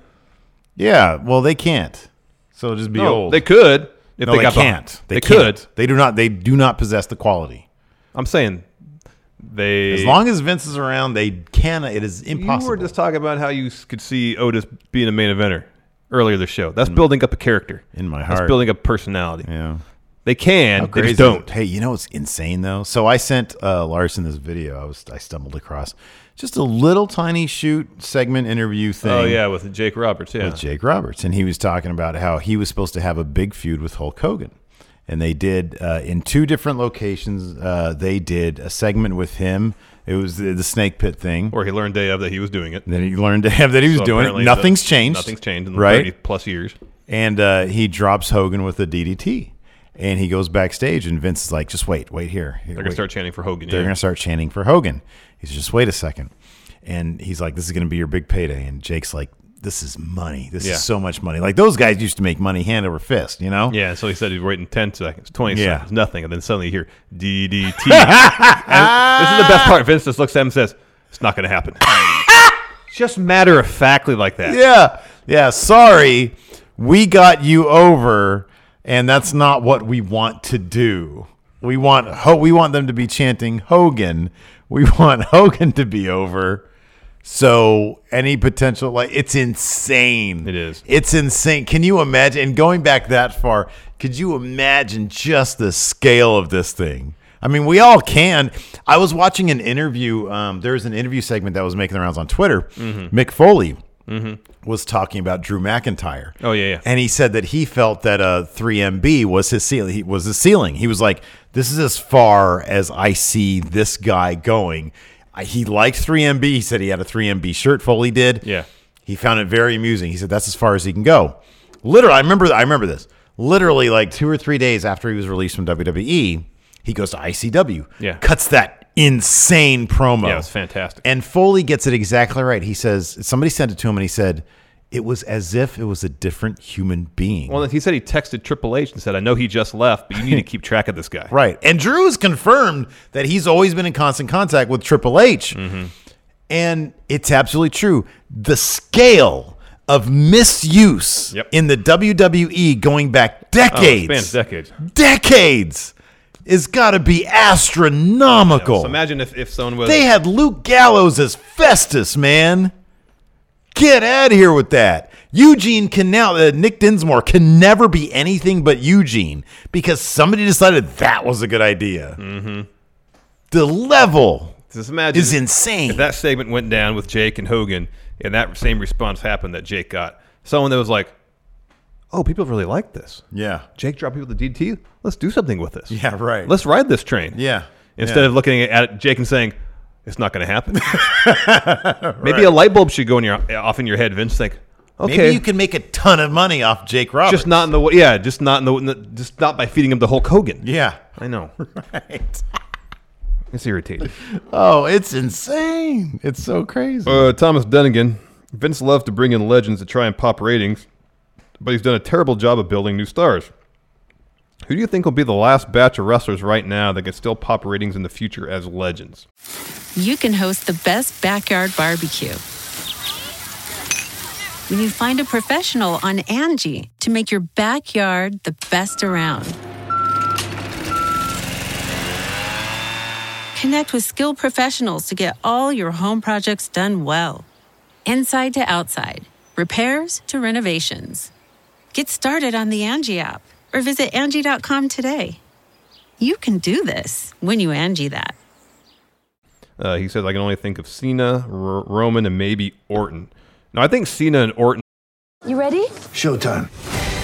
[SPEAKER 4] Yeah. Well, they can't. So just be
[SPEAKER 3] No,
[SPEAKER 4] old.
[SPEAKER 3] They could. If
[SPEAKER 4] no,
[SPEAKER 3] they,
[SPEAKER 4] they,
[SPEAKER 3] got the-
[SPEAKER 4] can't.
[SPEAKER 3] They,
[SPEAKER 4] They,
[SPEAKER 3] could.
[SPEAKER 4] can't. They do not. They do not possess the quality.
[SPEAKER 3] I'm saying they.
[SPEAKER 4] As long as Vince is around, they can. It is
[SPEAKER 3] You were
[SPEAKER 4] impossible.
[SPEAKER 3] just talking about how you s- could see Otis being a main eventer earlier this show. That's building up a character
[SPEAKER 4] Mm. In my
[SPEAKER 3] That's
[SPEAKER 4] heart.
[SPEAKER 3] building up personality.
[SPEAKER 4] Yeah.
[SPEAKER 3] They can, they
[SPEAKER 4] Crazy.
[SPEAKER 3] just don't.
[SPEAKER 4] Hey, you know what's insane though? So I sent uh, Larson this video. I was I stumbled across just a little tiny shoot segment interview thing.
[SPEAKER 3] Oh yeah, with Jake Roberts. Yeah,
[SPEAKER 4] with Jake Roberts, and he was talking about how he was supposed to have a big feud with Hulk Hogan, and they did uh, in two different locations. Uh, they did a segment with him. It was the, the Snake Pit thing.
[SPEAKER 3] or he learned day of that he was doing it.
[SPEAKER 4] Then he learned to have that he was
[SPEAKER 3] So
[SPEAKER 4] doing
[SPEAKER 3] apparently
[SPEAKER 4] it. Nothing's
[SPEAKER 3] the-
[SPEAKER 4] changed.
[SPEAKER 3] Nothing's changed in the
[SPEAKER 4] right?
[SPEAKER 3] 30 plus years.
[SPEAKER 4] And uh, he drops Hogan with a DDT. And he goes backstage, and Vince is like, just wait, wait here.
[SPEAKER 3] They're gonna start chanting for Hogan.
[SPEAKER 4] They're
[SPEAKER 3] yeah.
[SPEAKER 4] going to start chanting for Hogan. He's just, wait a second. And he's like, this is going to be your big payday. And Jake's like, this is money. This
[SPEAKER 3] Yeah.
[SPEAKER 4] is so much money. Like those guys used to make money hand over fist, you know?
[SPEAKER 3] Yeah, so he said he's waiting 10 seconds, 20
[SPEAKER 4] Yeah.
[SPEAKER 3] seconds, nothing. And then suddenly you hear DDT. and this is the best part. Vince just looks at him and says, It's not going to happen. just matter of factly like that.
[SPEAKER 4] Yeah. Yeah. Sorry. We got you over, and that's not what we want to do. We want Ho- we want them to be chanting Hogan. We want Hogan to be over. So any potential, like it's insane. It
[SPEAKER 3] is.
[SPEAKER 4] It's insane. Can you imagine? And going back that far, could you imagine just the scale of this thing? I mean, we all can. I was watching an interview. Um, there was an interview segment that was making the rounds on Twitter.
[SPEAKER 3] Mhm.
[SPEAKER 4] Mick Foley
[SPEAKER 3] Mhm.
[SPEAKER 4] was talking about Drew McIntyre.
[SPEAKER 3] Oh, yeah, yeah.
[SPEAKER 4] And he said that he felt that uh, 3MB was his ceiling. He was his ceiling. He was like, "This is as far as I see this guy going." I, he liked 3MB. He said he had a 3MB shirt. Foley did.
[SPEAKER 3] Yeah.
[SPEAKER 4] He found it very amusing. He said that's as far as he can go. Literally, I remember. I remember this. Literally, like two or three days after he was released from WWE, he goes to ICW.
[SPEAKER 3] Yeah.
[SPEAKER 4] Cuts that insane promo.
[SPEAKER 3] Yeah, it was fantastic.
[SPEAKER 4] And Foley gets it exactly right. He says somebody sent it to him, and he said it was as if it was a different human being.
[SPEAKER 3] Well, he said he texted Triple H and said, "I know he just left, but you need to keep track of this guy."
[SPEAKER 4] Right. And Drew has confirmed that he's always been in constant contact with Triple H.
[SPEAKER 3] Mm-hmm.
[SPEAKER 4] And it's absolutely true. The scale of misuse in the WWE going back decades,
[SPEAKER 3] Oh, it's been decades.
[SPEAKER 4] decades, is got to be astronomical.
[SPEAKER 3] So imagine if, if someone was
[SPEAKER 4] they had Luke Gallows as Festus, man. Get out of here with that. Eugene can now, uh, Nick Dinsmore can never be anything but Eugene because somebody decided that was a good idea.
[SPEAKER 3] Mhm.
[SPEAKER 4] The level.
[SPEAKER 3] Just imagine
[SPEAKER 4] Mm-hmm. is insane.
[SPEAKER 3] If that segment went down with Jake and Hogan, and that same response happened that Jake got, someone that was like, "Oh, people really like this."
[SPEAKER 4] Yeah.
[SPEAKER 3] Jake dropped people to DT. Let's do something with this.
[SPEAKER 4] Yeah, right.
[SPEAKER 3] Let's ride this train.
[SPEAKER 4] Yeah.
[SPEAKER 3] Instead
[SPEAKER 4] Yeah.
[SPEAKER 3] of looking at it, Jake and saying, "It's not going to happen." Maybe a light bulb should go in your off in your head, Vince. Think, okay,
[SPEAKER 4] Maybe you can make a ton of money off Jake Roberts.
[SPEAKER 3] just not in the way. Yeah, just not in the just not by feeding him the Hulk Hogan.
[SPEAKER 4] Yeah,
[SPEAKER 3] I know.
[SPEAKER 4] Right.
[SPEAKER 3] It's irritating.
[SPEAKER 4] Oh, it's insane. It's so crazy.
[SPEAKER 3] Uh, Thomas Dunnigan. Vince loves to bring in legends to try and pop ratings, but he's done a terrible job of building new stars. Who do you think will be the last batch of wrestlers right now that can still pop ratings in the future as legends?
[SPEAKER 5] you can host the best backyard barbecue. When you find a professional on Angie to make your backyard the best around. Connect with skilled professionals to get all your home projects done well. Inside to outside, repairs to renovations. Get started on the Angie app or visit Angie.com today. You can do this when you Angie that.
[SPEAKER 3] Uh, he says, I can only think of Cena, R- Roman, and maybe Orton. Now, I think Cena and Orton.
[SPEAKER 6] You ready?
[SPEAKER 2] Showtime.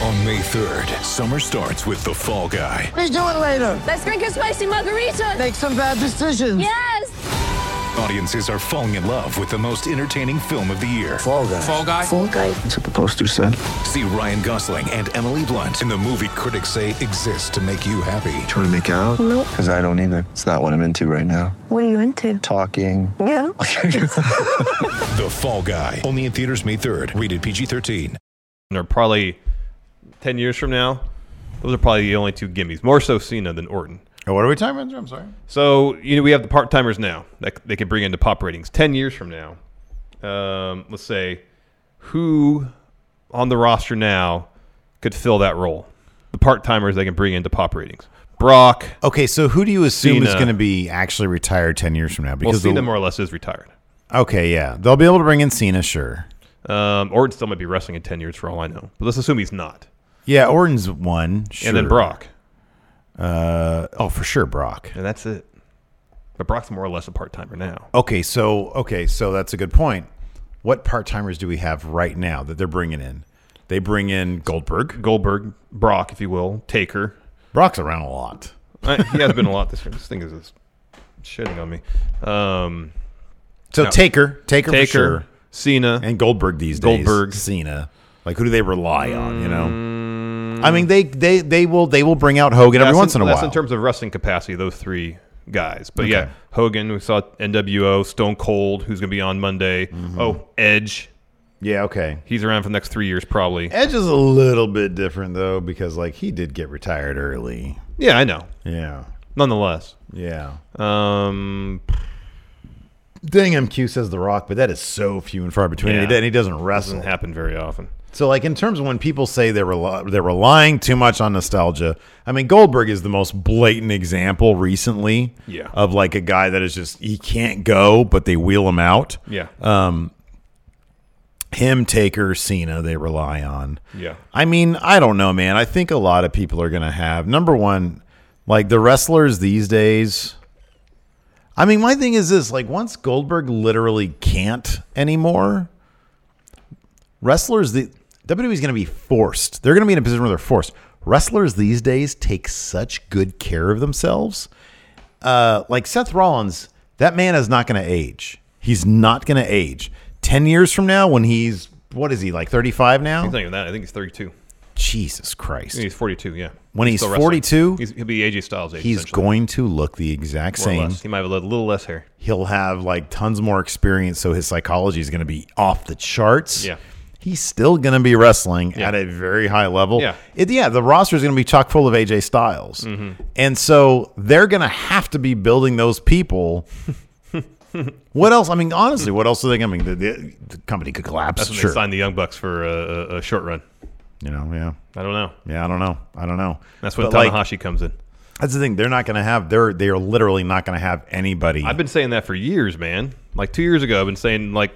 [SPEAKER 2] On May 3rd, summer starts with The Fall Guy.
[SPEAKER 6] Let's do it later. Let's drink a spicy margarita. Make some bad decisions. Yes.
[SPEAKER 2] Audiences are falling in love with the most entertaining film of the year. Fall Guy. Fall Guy.
[SPEAKER 6] Fall guy.
[SPEAKER 2] That's what the poster said. See Ryan Gosling and Emily Blunt in the movie critics say exists to make you happy.
[SPEAKER 7] Trying to make it out?
[SPEAKER 6] Nope.
[SPEAKER 7] Because I don't either. It's not what I'm into right now.
[SPEAKER 6] What are you into?
[SPEAKER 7] Talking.
[SPEAKER 6] Yeah.
[SPEAKER 2] The Fall Guy. Only in theaters May 3rd. Rated PG 13.
[SPEAKER 3] Or probably 10 years from now, those are probably the only two gimmies. More so Cena than Orton.
[SPEAKER 1] Oh,
[SPEAKER 4] what are we talking about? I'm sorry.
[SPEAKER 3] So you know we have the part timers now that c- they could bring into pop ratings. Ten years from now, um, let's say who on the roster now could fill that role? The part timers they can bring into pop ratings. Brock.
[SPEAKER 4] Okay, so who do you assume is
[SPEAKER 3] Cena.
[SPEAKER 4] going to be actually retired 10 years from now?
[SPEAKER 3] Well,
[SPEAKER 4] Because
[SPEAKER 3] Cena
[SPEAKER 4] the-
[SPEAKER 3] more or less is retired.
[SPEAKER 4] Okay, yeah. They'll be able to bring in Cena, sure.
[SPEAKER 3] Um, Orton still might be wrestling in ten years for all I know, but let's assume he's not.
[SPEAKER 4] Yeah, Orton's one. Sure.
[SPEAKER 3] And then Brock.
[SPEAKER 4] Uh, oh, for sure, Brock.
[SPEAKER 3] And that's it. But Brock's more or less a part timer now.
[SPEAKER 4] Okay, so okay, so that's a good point. What part timers do we have right now that they're bringing in? They bring in Goldberg,
[SPEAKER 3] Goldberg, Brock, if you will, Taker.
[SPEAKER 4] Brock's around a lot.
[SPEAKER 3] I, he has been a lot this year. This thing is just shitting on me. Um,
[SPEAKER 4] So
[SPEAKER 3] no.
[SPEAKER 4] Taker, Taker, for sure.
[SPEAKER 3] Cena,
[SPEAKER 4] and Goldberg these days.
[SPEAKER 3] Goldberg.
[SPEAKER 4] Cena. Like who do they rely on? You know, I mean they they they will they will bring out Hogan every
[SPEAKER 3] That's
[SPEAKER 4] once in a
[SPEAKER 3] that's
[SPEAKER 4] while.
[SPEAKER 3] in terms of wrestling capacity, those three guys. But
[SPEAKER 4] Okay.
[SPEAKER 3] yeah, Hogan, we saw NWO, Stone Cold, who's going to be on Monday.
[SPEAKER 4] Mm-hmm.
[SPEAKER 3] Oh, Edge.
[SPEAKER 4] Yeah, okay.
[SPEAKER 3] He's around for the next three years, probably.
[SPEAKER 4] Edge is a little bit different though because like he did get retired early.
[SPEAKER 3] Yeah, I know.
[SPEAKER 4] Yeah.
[SPEAKER 3] Nonetheless.
[SPEAKER 4] Yeah.
[SPEAKER 3] Um.
[SPEAKER 4] Dang, MQ says The Rock, but that is so few and far between.
[SPEAKER 3] Yeah.
[SPEAKER 4] And he doesn't wrestle.
[SPEAKER 3] Mm-hmm. Doesn't happen very often.
[SPEAKER 4] So, like in terms of when people say they're rel- they're relying too much on nostalgia, I mean Goldberg is the most blatant example recently
[SPEAKER 3] Yeah.
[SPEAKER 4] of like a guy that is just he can't go, but they wheel him out.
[SPEAKER 3] Yeah.
[SPEAKER 4] Um, him, Taker, Cena, they rely on.
[SPEAKER 3] Yeah.
[SPEAKER 4] I mean, I don't know, man. I think a lot of people are gonna have number one, like the wrestlers these days. I mean, my thing is this: like once Goldberg literally can't anymore, wrestlers the WWE's going to be forced. They're going to be in a position where they're forced. Wrestlers these days take such good care of themselves. Uh, like Seth Rollins, that man is not going to age. He's not going to age. Ten years from now, when he's what is he like thirty five now?
[SPEAKER 3] He's not even that. I think he's 32.
[SPEAKER 4] Jesus Christ.
[SPEAKER 3] He's 42, yeah.
[SPEAKER 4] When he's
[SPEAKER 3] still wrestling.
[SPEAKER 4] 42,
[SPEAKER 3] he's, he'll be AJ Styles' age.
[SPEAKER 4] He's
[SPEAKER 3] essentially,
[SPEAKER 4] going to look the exact
[SPEAKER 3] more or
[SPEAKER 4] same.
[SPEAKER 3] less. He might have a little little less hair.
[SPEAKER 4] He'll have like tons more experience, so his psychology is going to be off the charts.
[SPEAKER 3] Yeah.
[SPEAKER 4] He's still going to be wrestling at a very high level.
[SPEAKER 3] Yeah.
[SPEAKER 4] It- yeah, the roster is going to be chock full of AJ Styles.
[SPEAKER 3] Mhm.
[SPEAKER 4] And so they're going to have to be building those people. what else? I mean, honestly, what else are they going to I mean, the, the, the company could collapse.
[SPEAKER 3] That's when
[SPEAKER 4] sure.
[SPEAKER 3] they signed the Young Bucks for a, a, a short run.
[SPEAKER 4] You know, yeah.
[SPEAKER 3] I don't know.
[SPEAKER 4] Yeah, I don't know. I don't know.
[SPEAKER 3] That's when
[SPEAKER 4] But, like,
[SPEAKER 3] Tanahashi comes in.
[SPEAKER 4] that's the thing. They're not going to have, they're, they are literally not going to have anybody.
[SPEAKER 3] I've been saying that for years, man. Like two years ago, I've been saying like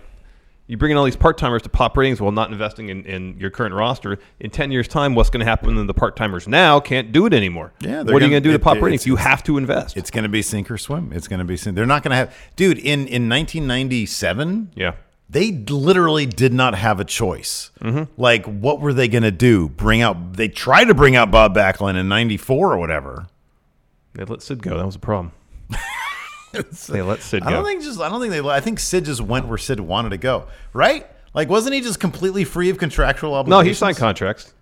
[SPEAKER 3] you bring in all these part timers to pop ratings while not investing in, in your current roster. In ten years' time, what's going to happen when the part timers now can't do it anymore?
[SPEAKER 4] Yeah,
[SPEAKER 3] what
[SPEAKER 4] they're
[SPEAKER 3] are you
[SPEAKER 4] gonna-
[SPEAKER 3] going to do to
[SPEAKER 4] it-
[SPEAKER 3] pop
[SPEAKER 4] it's-
[SPEAKER 3] ratings? You have to invest.
[SPEAKER 4] It's going to be sink or swim. It's going to be sink. They're not going to have, dude. In in 1997,
[SPEAKER 3] yeah,
[SPEAKER 4] they literally did not have a choice.
[SPEAKER 3] Mm-hmm.
[SPEAKER 4] Like, what were they going to do? Bring out? They tried to bring out Bob Backlund in '94 or whatever.
[SPEAKER 3] They let Sid go. That was a problem. they let Sid go.
[SPEAKER 4] I don't think just. I don't think they. I think Sid just went where Sid wanted to go. Right? Like, wasn't he just completely free of contractual
[SPEAKER 3] no,
[SPEAKER 4] obligations?
[SPEAKER 3] he signed contracts.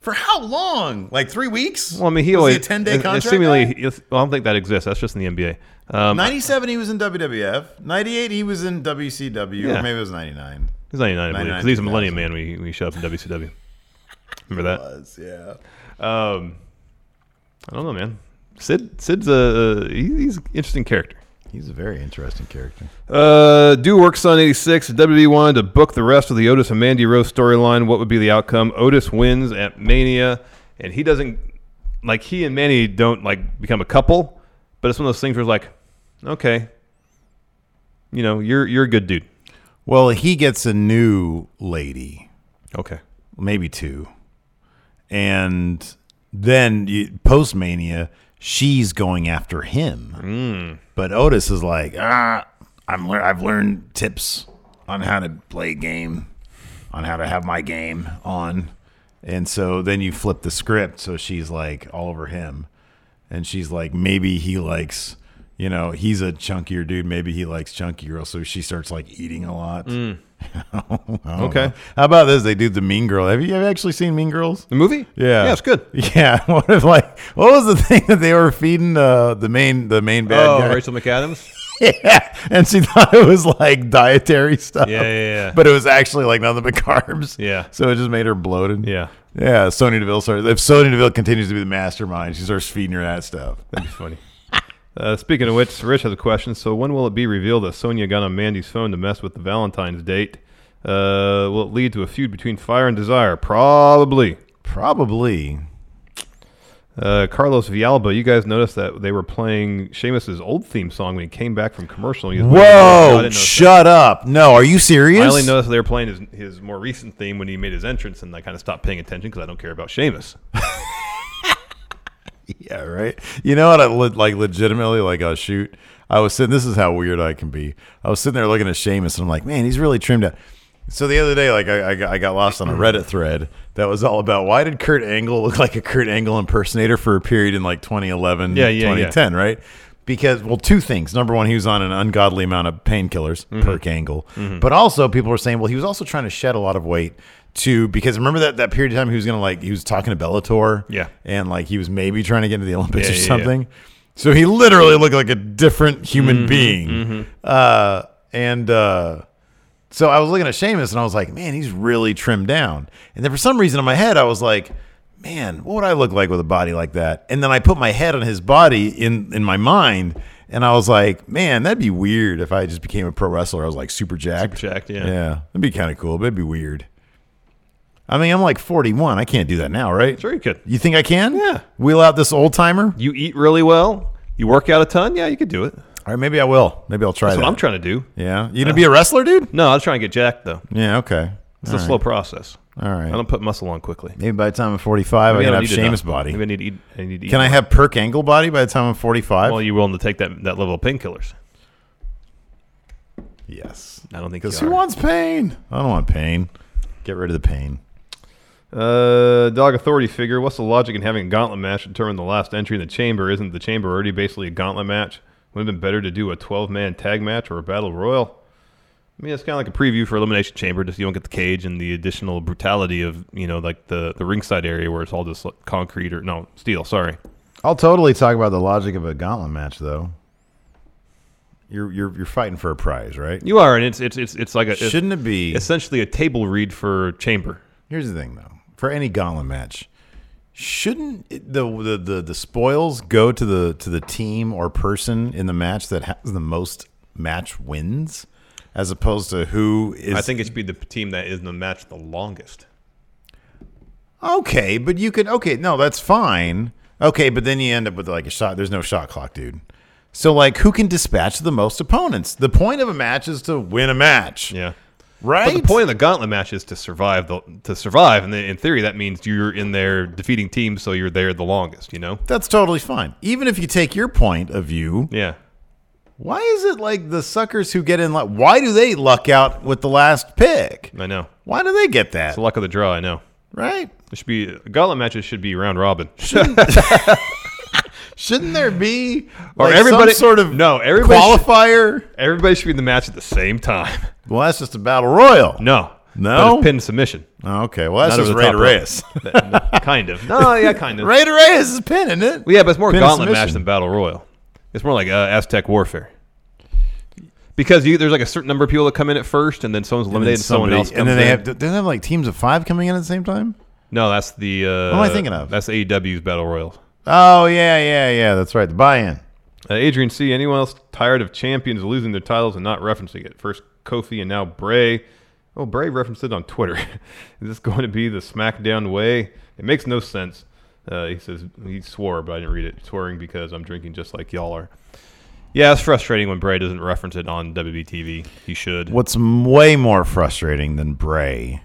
[SPEAKER 4] for how long? Like three weeks?
[SPEAKER 3] Well, I mean, he
[SPEAKER 4] Was
[SPEAKER 3] always
[SPEAKER 4] a 10 day
[SPEAKER 3] it's- it's
[SPEAKER 4] contract.
[SPEAKER 3] Seemingly, it's- well, I don't think that exists. That's just in the NBA. Um,
[SPEAKER 4] 97, he was in WWF. 98, he was in WCW.
[SPEAKER 3] Yeah.
[SPEAKER 4] Or maybe it was 99.
[SPEAKER 3] He's 99, I believe,
[SPEAKER 4] 99,
[SPEAKER 3] because he's a Millennium Man. We we shoved in WCW. Remember that?
[SPEAKER 4] yeah.
[SPEAKER 3] Um, I don't know, man. Sid Sid's a he, he's an interesting character.
[SPEAKER 4] He's a very interesting character.
[SPEAKER 3] Uh, do works on 86. WWE wanted to book the rest of the Otis and Mandy Rose storyline. What would be the outcome? Otis wins at Mania, and he doesn't like he and Mandy don't like become a couple, but it's one of those things where it's like, okay, you know, you're you're a good dude.
[SPEAKER 4] Well, he gets a new lady.
[SPEAKER 3] Okay.
[SPEAKER 4] Maybe two. And then you, post Mania, she's going after him. But Otis is like, ah, I'm lear- I've learned tips on how to play game, on how to have my game on. And so then you flip the script. So she's like all over him. And she's like, maybe he likes, you know, he's a chunkier dude. Maybe he likes chunky girls. So she starts like eating a lot. I don't know.
[SPEAKER 3] Okay.
[SPEAKER 4] How about this? They do the Mean Girl. Have you, have you actually seen Mean Girls?
[SPEAKER 3] The movie?
[SPEAKER 4] Yeah.
[SPEAKER 3] Yeah, it's good.
[SPEAKER 4] Yeah. What if like what was the thing that they were feeding uh, the main the main bad
[SPEAKER 3] oh,
[SPEAKER 4] guy?
[SPEAKER 3] Rachel McAdams.
[SPEAKER 4] Yeah, and she thought it was like dietary stuff.
[SPEAKER 3] Yeah, yeah, yeah.
[SPEAKER 4] But it was actually like nothing but carbs.
[SPEAKER 3] Yeah.
[SPEAKER 4] So it just made her bloated.
[SPEAKER 3] Yeah.
[SPEAKER 4] Yeah. Sony Deville starts. If Sony Deville continues to be the mastermind, she starts feeding her that stuff.
[SPEAKER 3] That'd be funny. Uh, speaking of which, Rich has a question. So, when will it be revealed that Sonia got on Mandy's phone to mess with the Valentine's date? Uh, will it lead to a feud between Fire and Desire? Probably.
[SPEAKER 4] Probably.
[SPEAKER 3] Uh, Carlos Vialba, you guys noticed that they were playing Sheamus's old theme song when he came back from commercial. He was playing it. No, I
[SPEAKER 4] Whoa!
[SPEAKER 3] didn't notice
[SPEAKER 4] Shut up! No, are you serious?
[SPEAKER 3] I only noticed they were playing his, his more recent theme when he made his entrance, and I kind of stopped paying attention because I don't care about Sheamus.
[SPEAKER 4] Yeah, right. You know what? I le- like legitimately like oh shoot. I was sitting. This is how weird I can be. I was sitting there looking at Sheamus, and I'm like, man, he's really trimmed out. So the other day, like I, I, got, I got lost on a Reddit thread that was all about why did Kurt Angle look like a Kurt Angle impersonator for a period in like 2011,
[SPEAKER 3] Yeah, yeah, yeah.
[SPEAKER 4] 2010, right? Because well, two things. Number one, he was on an ungodly amount of painkillers
[SPEAKER 3] Mm-hmm.
[SPEAKER 4] per Angle,
[SPEAKER 3] Mhm.
[SPEAKER 4] but also people were saying, well, he was also trying to shed a lot of weight to because remember that that period of time he was gonna like he was talking to Bellator,
[SPEAKER 3] Yeah.
[SPEAKER 4] and like he was maybe trying to get into the Olympics
[SPEAKER 3] Yeah,
[SPEAKER 4] or
[SPEAKER 3] yeah, yeah.
[SPEAKER 4] something. So he literally looked like a different human
[SPEAKER 3] Mhm,
[SPEAKER 4] being.
[SPEAKER 3] mhm.
[SPEAKER 4] Uh, and uh, so I was looking at Sheamus and I was like, man, he's really trimmed down. And then for some reason in my head, I was like, man, what would I look like with a body like that? And then I put my head on his body in, in my mind. And I was like, man, that'd be weird if I just became a pro wrestler. I was like super jacked.
[SPEAKER 3] Jacked, yeah.
[SPEAKER 4] Yeah. That'd be kind of cool, but it'd be weird. I mean, I'm like 41. I can't do that now, right? Sure,
[SPEAKER 3] you could.
[SPEAKER 4] You think I can? Yeah. Wheel out this old timer.
[SPEAKER 3] You eat really well. You work out a ton. Yeah, you could do it.
[SPEAKER 4] All right, maybe I will. Maybe I'll try
[SPEAKER 3] That's
[SPEAKER 4] that.
[SPEAKER 3] what I'm trying to do.
[SPEAKER 4] Yeah. You gonna be a wrestler, dude?
[SPEAKER 3] No, I was trying to get jacked though.
[SPEAKER 4] Yeah. Okay.
[SPEAKER 3] It's
[SPEAKER 4] All
[SPEAKER 3] a
[SPEAKER 4] right.
[SPEAKER 3] slow process.
[SPEAKER 4] All right.
[SPEAKER 3] I don't put muscle on quickly.
[SPEAKER 4] Maybe by the time I'm 45,
[SPEAKER 3] Maybe
[SPEAKER 4] I
[SPEAKER 3] I
[SPEAKER 4] can
[SPEAKER 3] don't
[SPEAKER 4] have
[SPEAKER 3] need to
[SPEAKER 4] Seamus
[SPEAKER 3] not-
[SPEAKER 4] body.
[SPEAKER 3] maybe I need to eat- I need to eat
[SPEAKER 4] Can I
[SPEAKER 3] more.
[SPEAKER 4] have Perk Angle body by the time I'm 45?
[SPEAKER 3] Well, you willing to take that that level of painkillers?
[SPEAKER 4] Yes.
[SPEAKER 3] I don't think
[SPEAKER 4] Because
[SPEAKER 3] you
[SPEAKER 4] who
[SPEAKER 3] are.
[SPEAKER 4] wants pain? I don't want pain. Get rid of the pain.
[SPEAKER 3] Uh, dog authority figure. What's the logic in having a gauntlet match to determine the last entry in the chamber? Isn't the chamber already basically a gauntlet match? Would it have been better to do a 12 man tag match or a battle royal? I mean, it's kind of like a preview for Elimination Chamber. Just you don't get the cage and the additional brutality of you know like the the ringside area where it's all just like, concrete or no steel. Sorry.
[SPEAKER 4] I'll totally talk about the logic of a gauntlet match, though. You're you're you're fighting for a prize, right?
[SPEAKER 3] You are, and it's it's it's, it's like a
[SPEAKER 4] Shouldn't it be?
[SPEAKER 3] essentially a table read for chamber?
[SPEAKER 4] Here's the thing, though. For any gauntlet match, shouldn't it- the the the, the spoils go to the to the team or person in the match that has the most match wins, as opposed to who is?
[SPEAKER 3] I think it should be the team that is in the match the longest.
[SPEAKER 4] Okay, but you can. Okay, no, that's fine. Okay, but then you end up with like a shot. There's no shot clock, dude. So like, who can dispatch the most opponents? The point of a match is to win a match.
[SPEAKER 3] Yeah.
[SPEAKER 4] Right.
[SPEAKER 3] But the point of the gauntlet match is to survive the to survive, and then in theory that means you're in there defeating teams, so you're there the longest. You know.
[SPEAKER 4] That's totally fine. Even if you take your point of view,
[SPEAKER 3] yeah.
[SPEAKER 4] Why is it like the suckers who get in? la- Why do they luck out with the last pick?
[SPEAKER 3] I know.
[SPEAKER 4] Why do they get that?
[SPEAKER 3] It's the luck of the draw. I know.
[SPEAKER 4] Right.
[SPEAKER 3] It should be gauntlet matches should be round robin.
[SPEAKER 4] Shouldn't there be
[SPEAKER 3] or
[SPEAKER 4] like, some
[SPEAKER 3] everybody
[SPEAKER 4] sort of
[SPEAKER 3] no everybody should-
[SPEAKER 4] qualifier?
[SPEAKER 3] everybody should be in the match at the same time.
[SPEAKER 4] Well, that's just a battle royal.
[SPEAKER 3] No.
[SPEAKER 4] No?
[SPEAKER 3] But it's pinned submission.
[SPEAKER 4] Oh, okay. Well, that's
[SPEAKER 3] Not
[SPEAKER 4] just
[SPEAKER 3] over the
[SPEAKER 4] Ray
[SPEAKER 3] top
[SPEAKER 4] Reyes.
[SPEAKER 3] rope. No, kind of. No, yeah, kind of.
[SPEAKER 4] Ray Reyes is pinning it.
[SPEAKER 3] Well, yeah, but it's more
[SPEAKER 4] Pin a
[SPEAKER 3] gauntlet match
[SPEAKER 4] submission.
[SPEAKER 3] than battle royal. It's more like uh, Aztec warfare. Because you, there's like a certain number of people that come in at first, and then someone's
[SPEAKER 4] And then
[SPEAKER 3] eliminated, and someone
[SPEAKER 4] somebody-
[SPEAKER 3] else, comes
[SPEAKER 4] and then they
[SPEAKER 3] in.
[SPEAKER 4] have. Do they have like teams of five coming in at the same time?
[SPEAKER 3] No, that's the. Uh,
[SPEAKER 4] am I thinking of?
[SPEAKER 3] That's AEW's Battle Royal.
[SPEAKER 4] Oh yeah, yeah, yeah. That's right. The buy-in.
[SPEAKER 3] Uh, Adrian C. Anyone else tired of champions losing their titles and not referencing it? First Kofi and now Bray. Oh, Bray referenced it on Twitter. Is this going to be the SmackDown way? It makes no sense. Uh, he says he swore, but I didn't read it. Swearing because I'm drinking just like y'all are. Yeah, it's frustrating when Bray doesn't reference it on WB TV. He should.
[SPEAKER 4] What's m- way more frustrating than Bray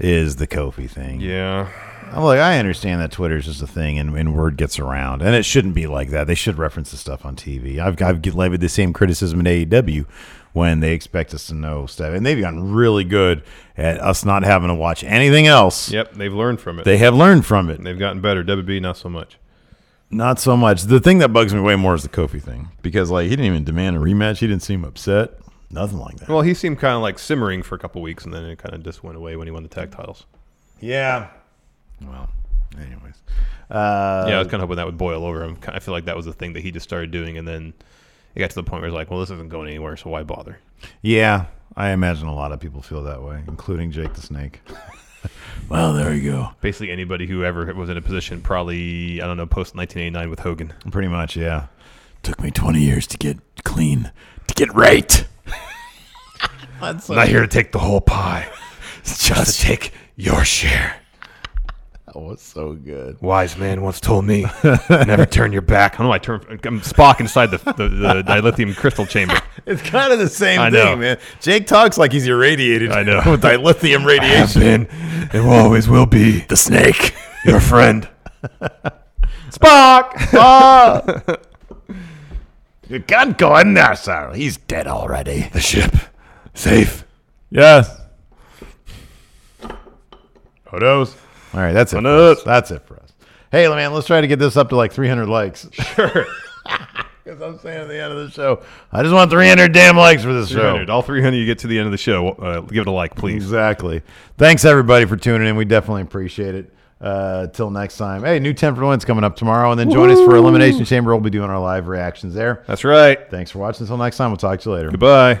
[SPEAKER 4] is the Kofi thing.
[SPEAKER 3] Yeah.
[SPEAKER 4] I'm like, I understand that Twitter's just a thing and, and word gets around, and it shouldn't be like that. They should reference the stuff on TV. I've, I've get- levied the same criticism at AEW when they expect us to know stuff, and they've gotten really good at us not having to watch anything else.
[SPEAKER 3] Yep, they've learned from it.
[SPEAKER 4] They have learned from it.
[SPEAKER 3] They've gotten better. WB not so much.
[SPEAKER 4] Not so much. The thing that bugs me way more is the Kofi thing because, like, he didn't even demand a rematch. He didn't seem upset. Nothing like that.
[SPEAKER 3] Well, he seemed kind of like simmering for a couple weeks, and then it kind of just went away when he won the tag titles.
[SPEAKER 4] Yeah. Well, anyways. Uh,
[SPEAKER 3] yeah, I was kind of hoping that would boil over. I'm, ki- I feel like that was the thing that he just started doing, and then it got to the point where it's like, well, this isn't going anywhere, so why bother?
[SPEAKER 4] Yeah, I imagine a lot of people feel that way, including Jake the Snake. well, there you go.
[SPEAKER 3] Basically, anybody who ever was in a position, probably I don't know, post 1989 with Hogan.
[SPEAKER 4] Pretty much, yeah. Took me 20 years to get clean, to get right. That's
[SPEAKER 3] Not here to take the whole pie, just to take your share.
[SPEAKER 4] That was so good.
[SPEAKER 3] Wise man once told me, never turn your back. I know I turn. I'm Spock inside the the, the dilithium crystal chamber.
[SPEAKER 4] It's kind of the same
[SPEAKER 3] I know.
[SPEAKER 4] thing, man. Jake talks like he's irradiated. I
[SPEAKER 3] know.
[SPEAKER 4] with dilithium radiation.
[SPEAKER 3] and always will be
[SPEAKER 4] The snake.
[SPEAKER 3] your friend.
[SPEAKER 4] Spock. Spock. you can't go in there, sir. He's dead already. The ship. Safe. Yes. Odos. All right, that's it. for us. That's it for us. Hey, man, let's try to get this up to like 300 likes. Sure. Because I'm saying at the end of the show, I just want 300 damn likes for this show.
[SPEAKER 3] 300. All 300 you get to the end of the show. Uh, give it a like, please.
[SPEAKER 4] Exactly. Thanks everybody for tuning in. We definitely appreciate it. Uh, till next time. Hey, new 10 for the win's coming up tomorrow, and then join us for Elimination Chamber. We'll be doing our live reactions there.
[SPEAKER 3] That's right.
[SPEAKER 4] Thanks for watching. Until next time, we'll talk to you later.
[SPEAKER 3] Goodbye.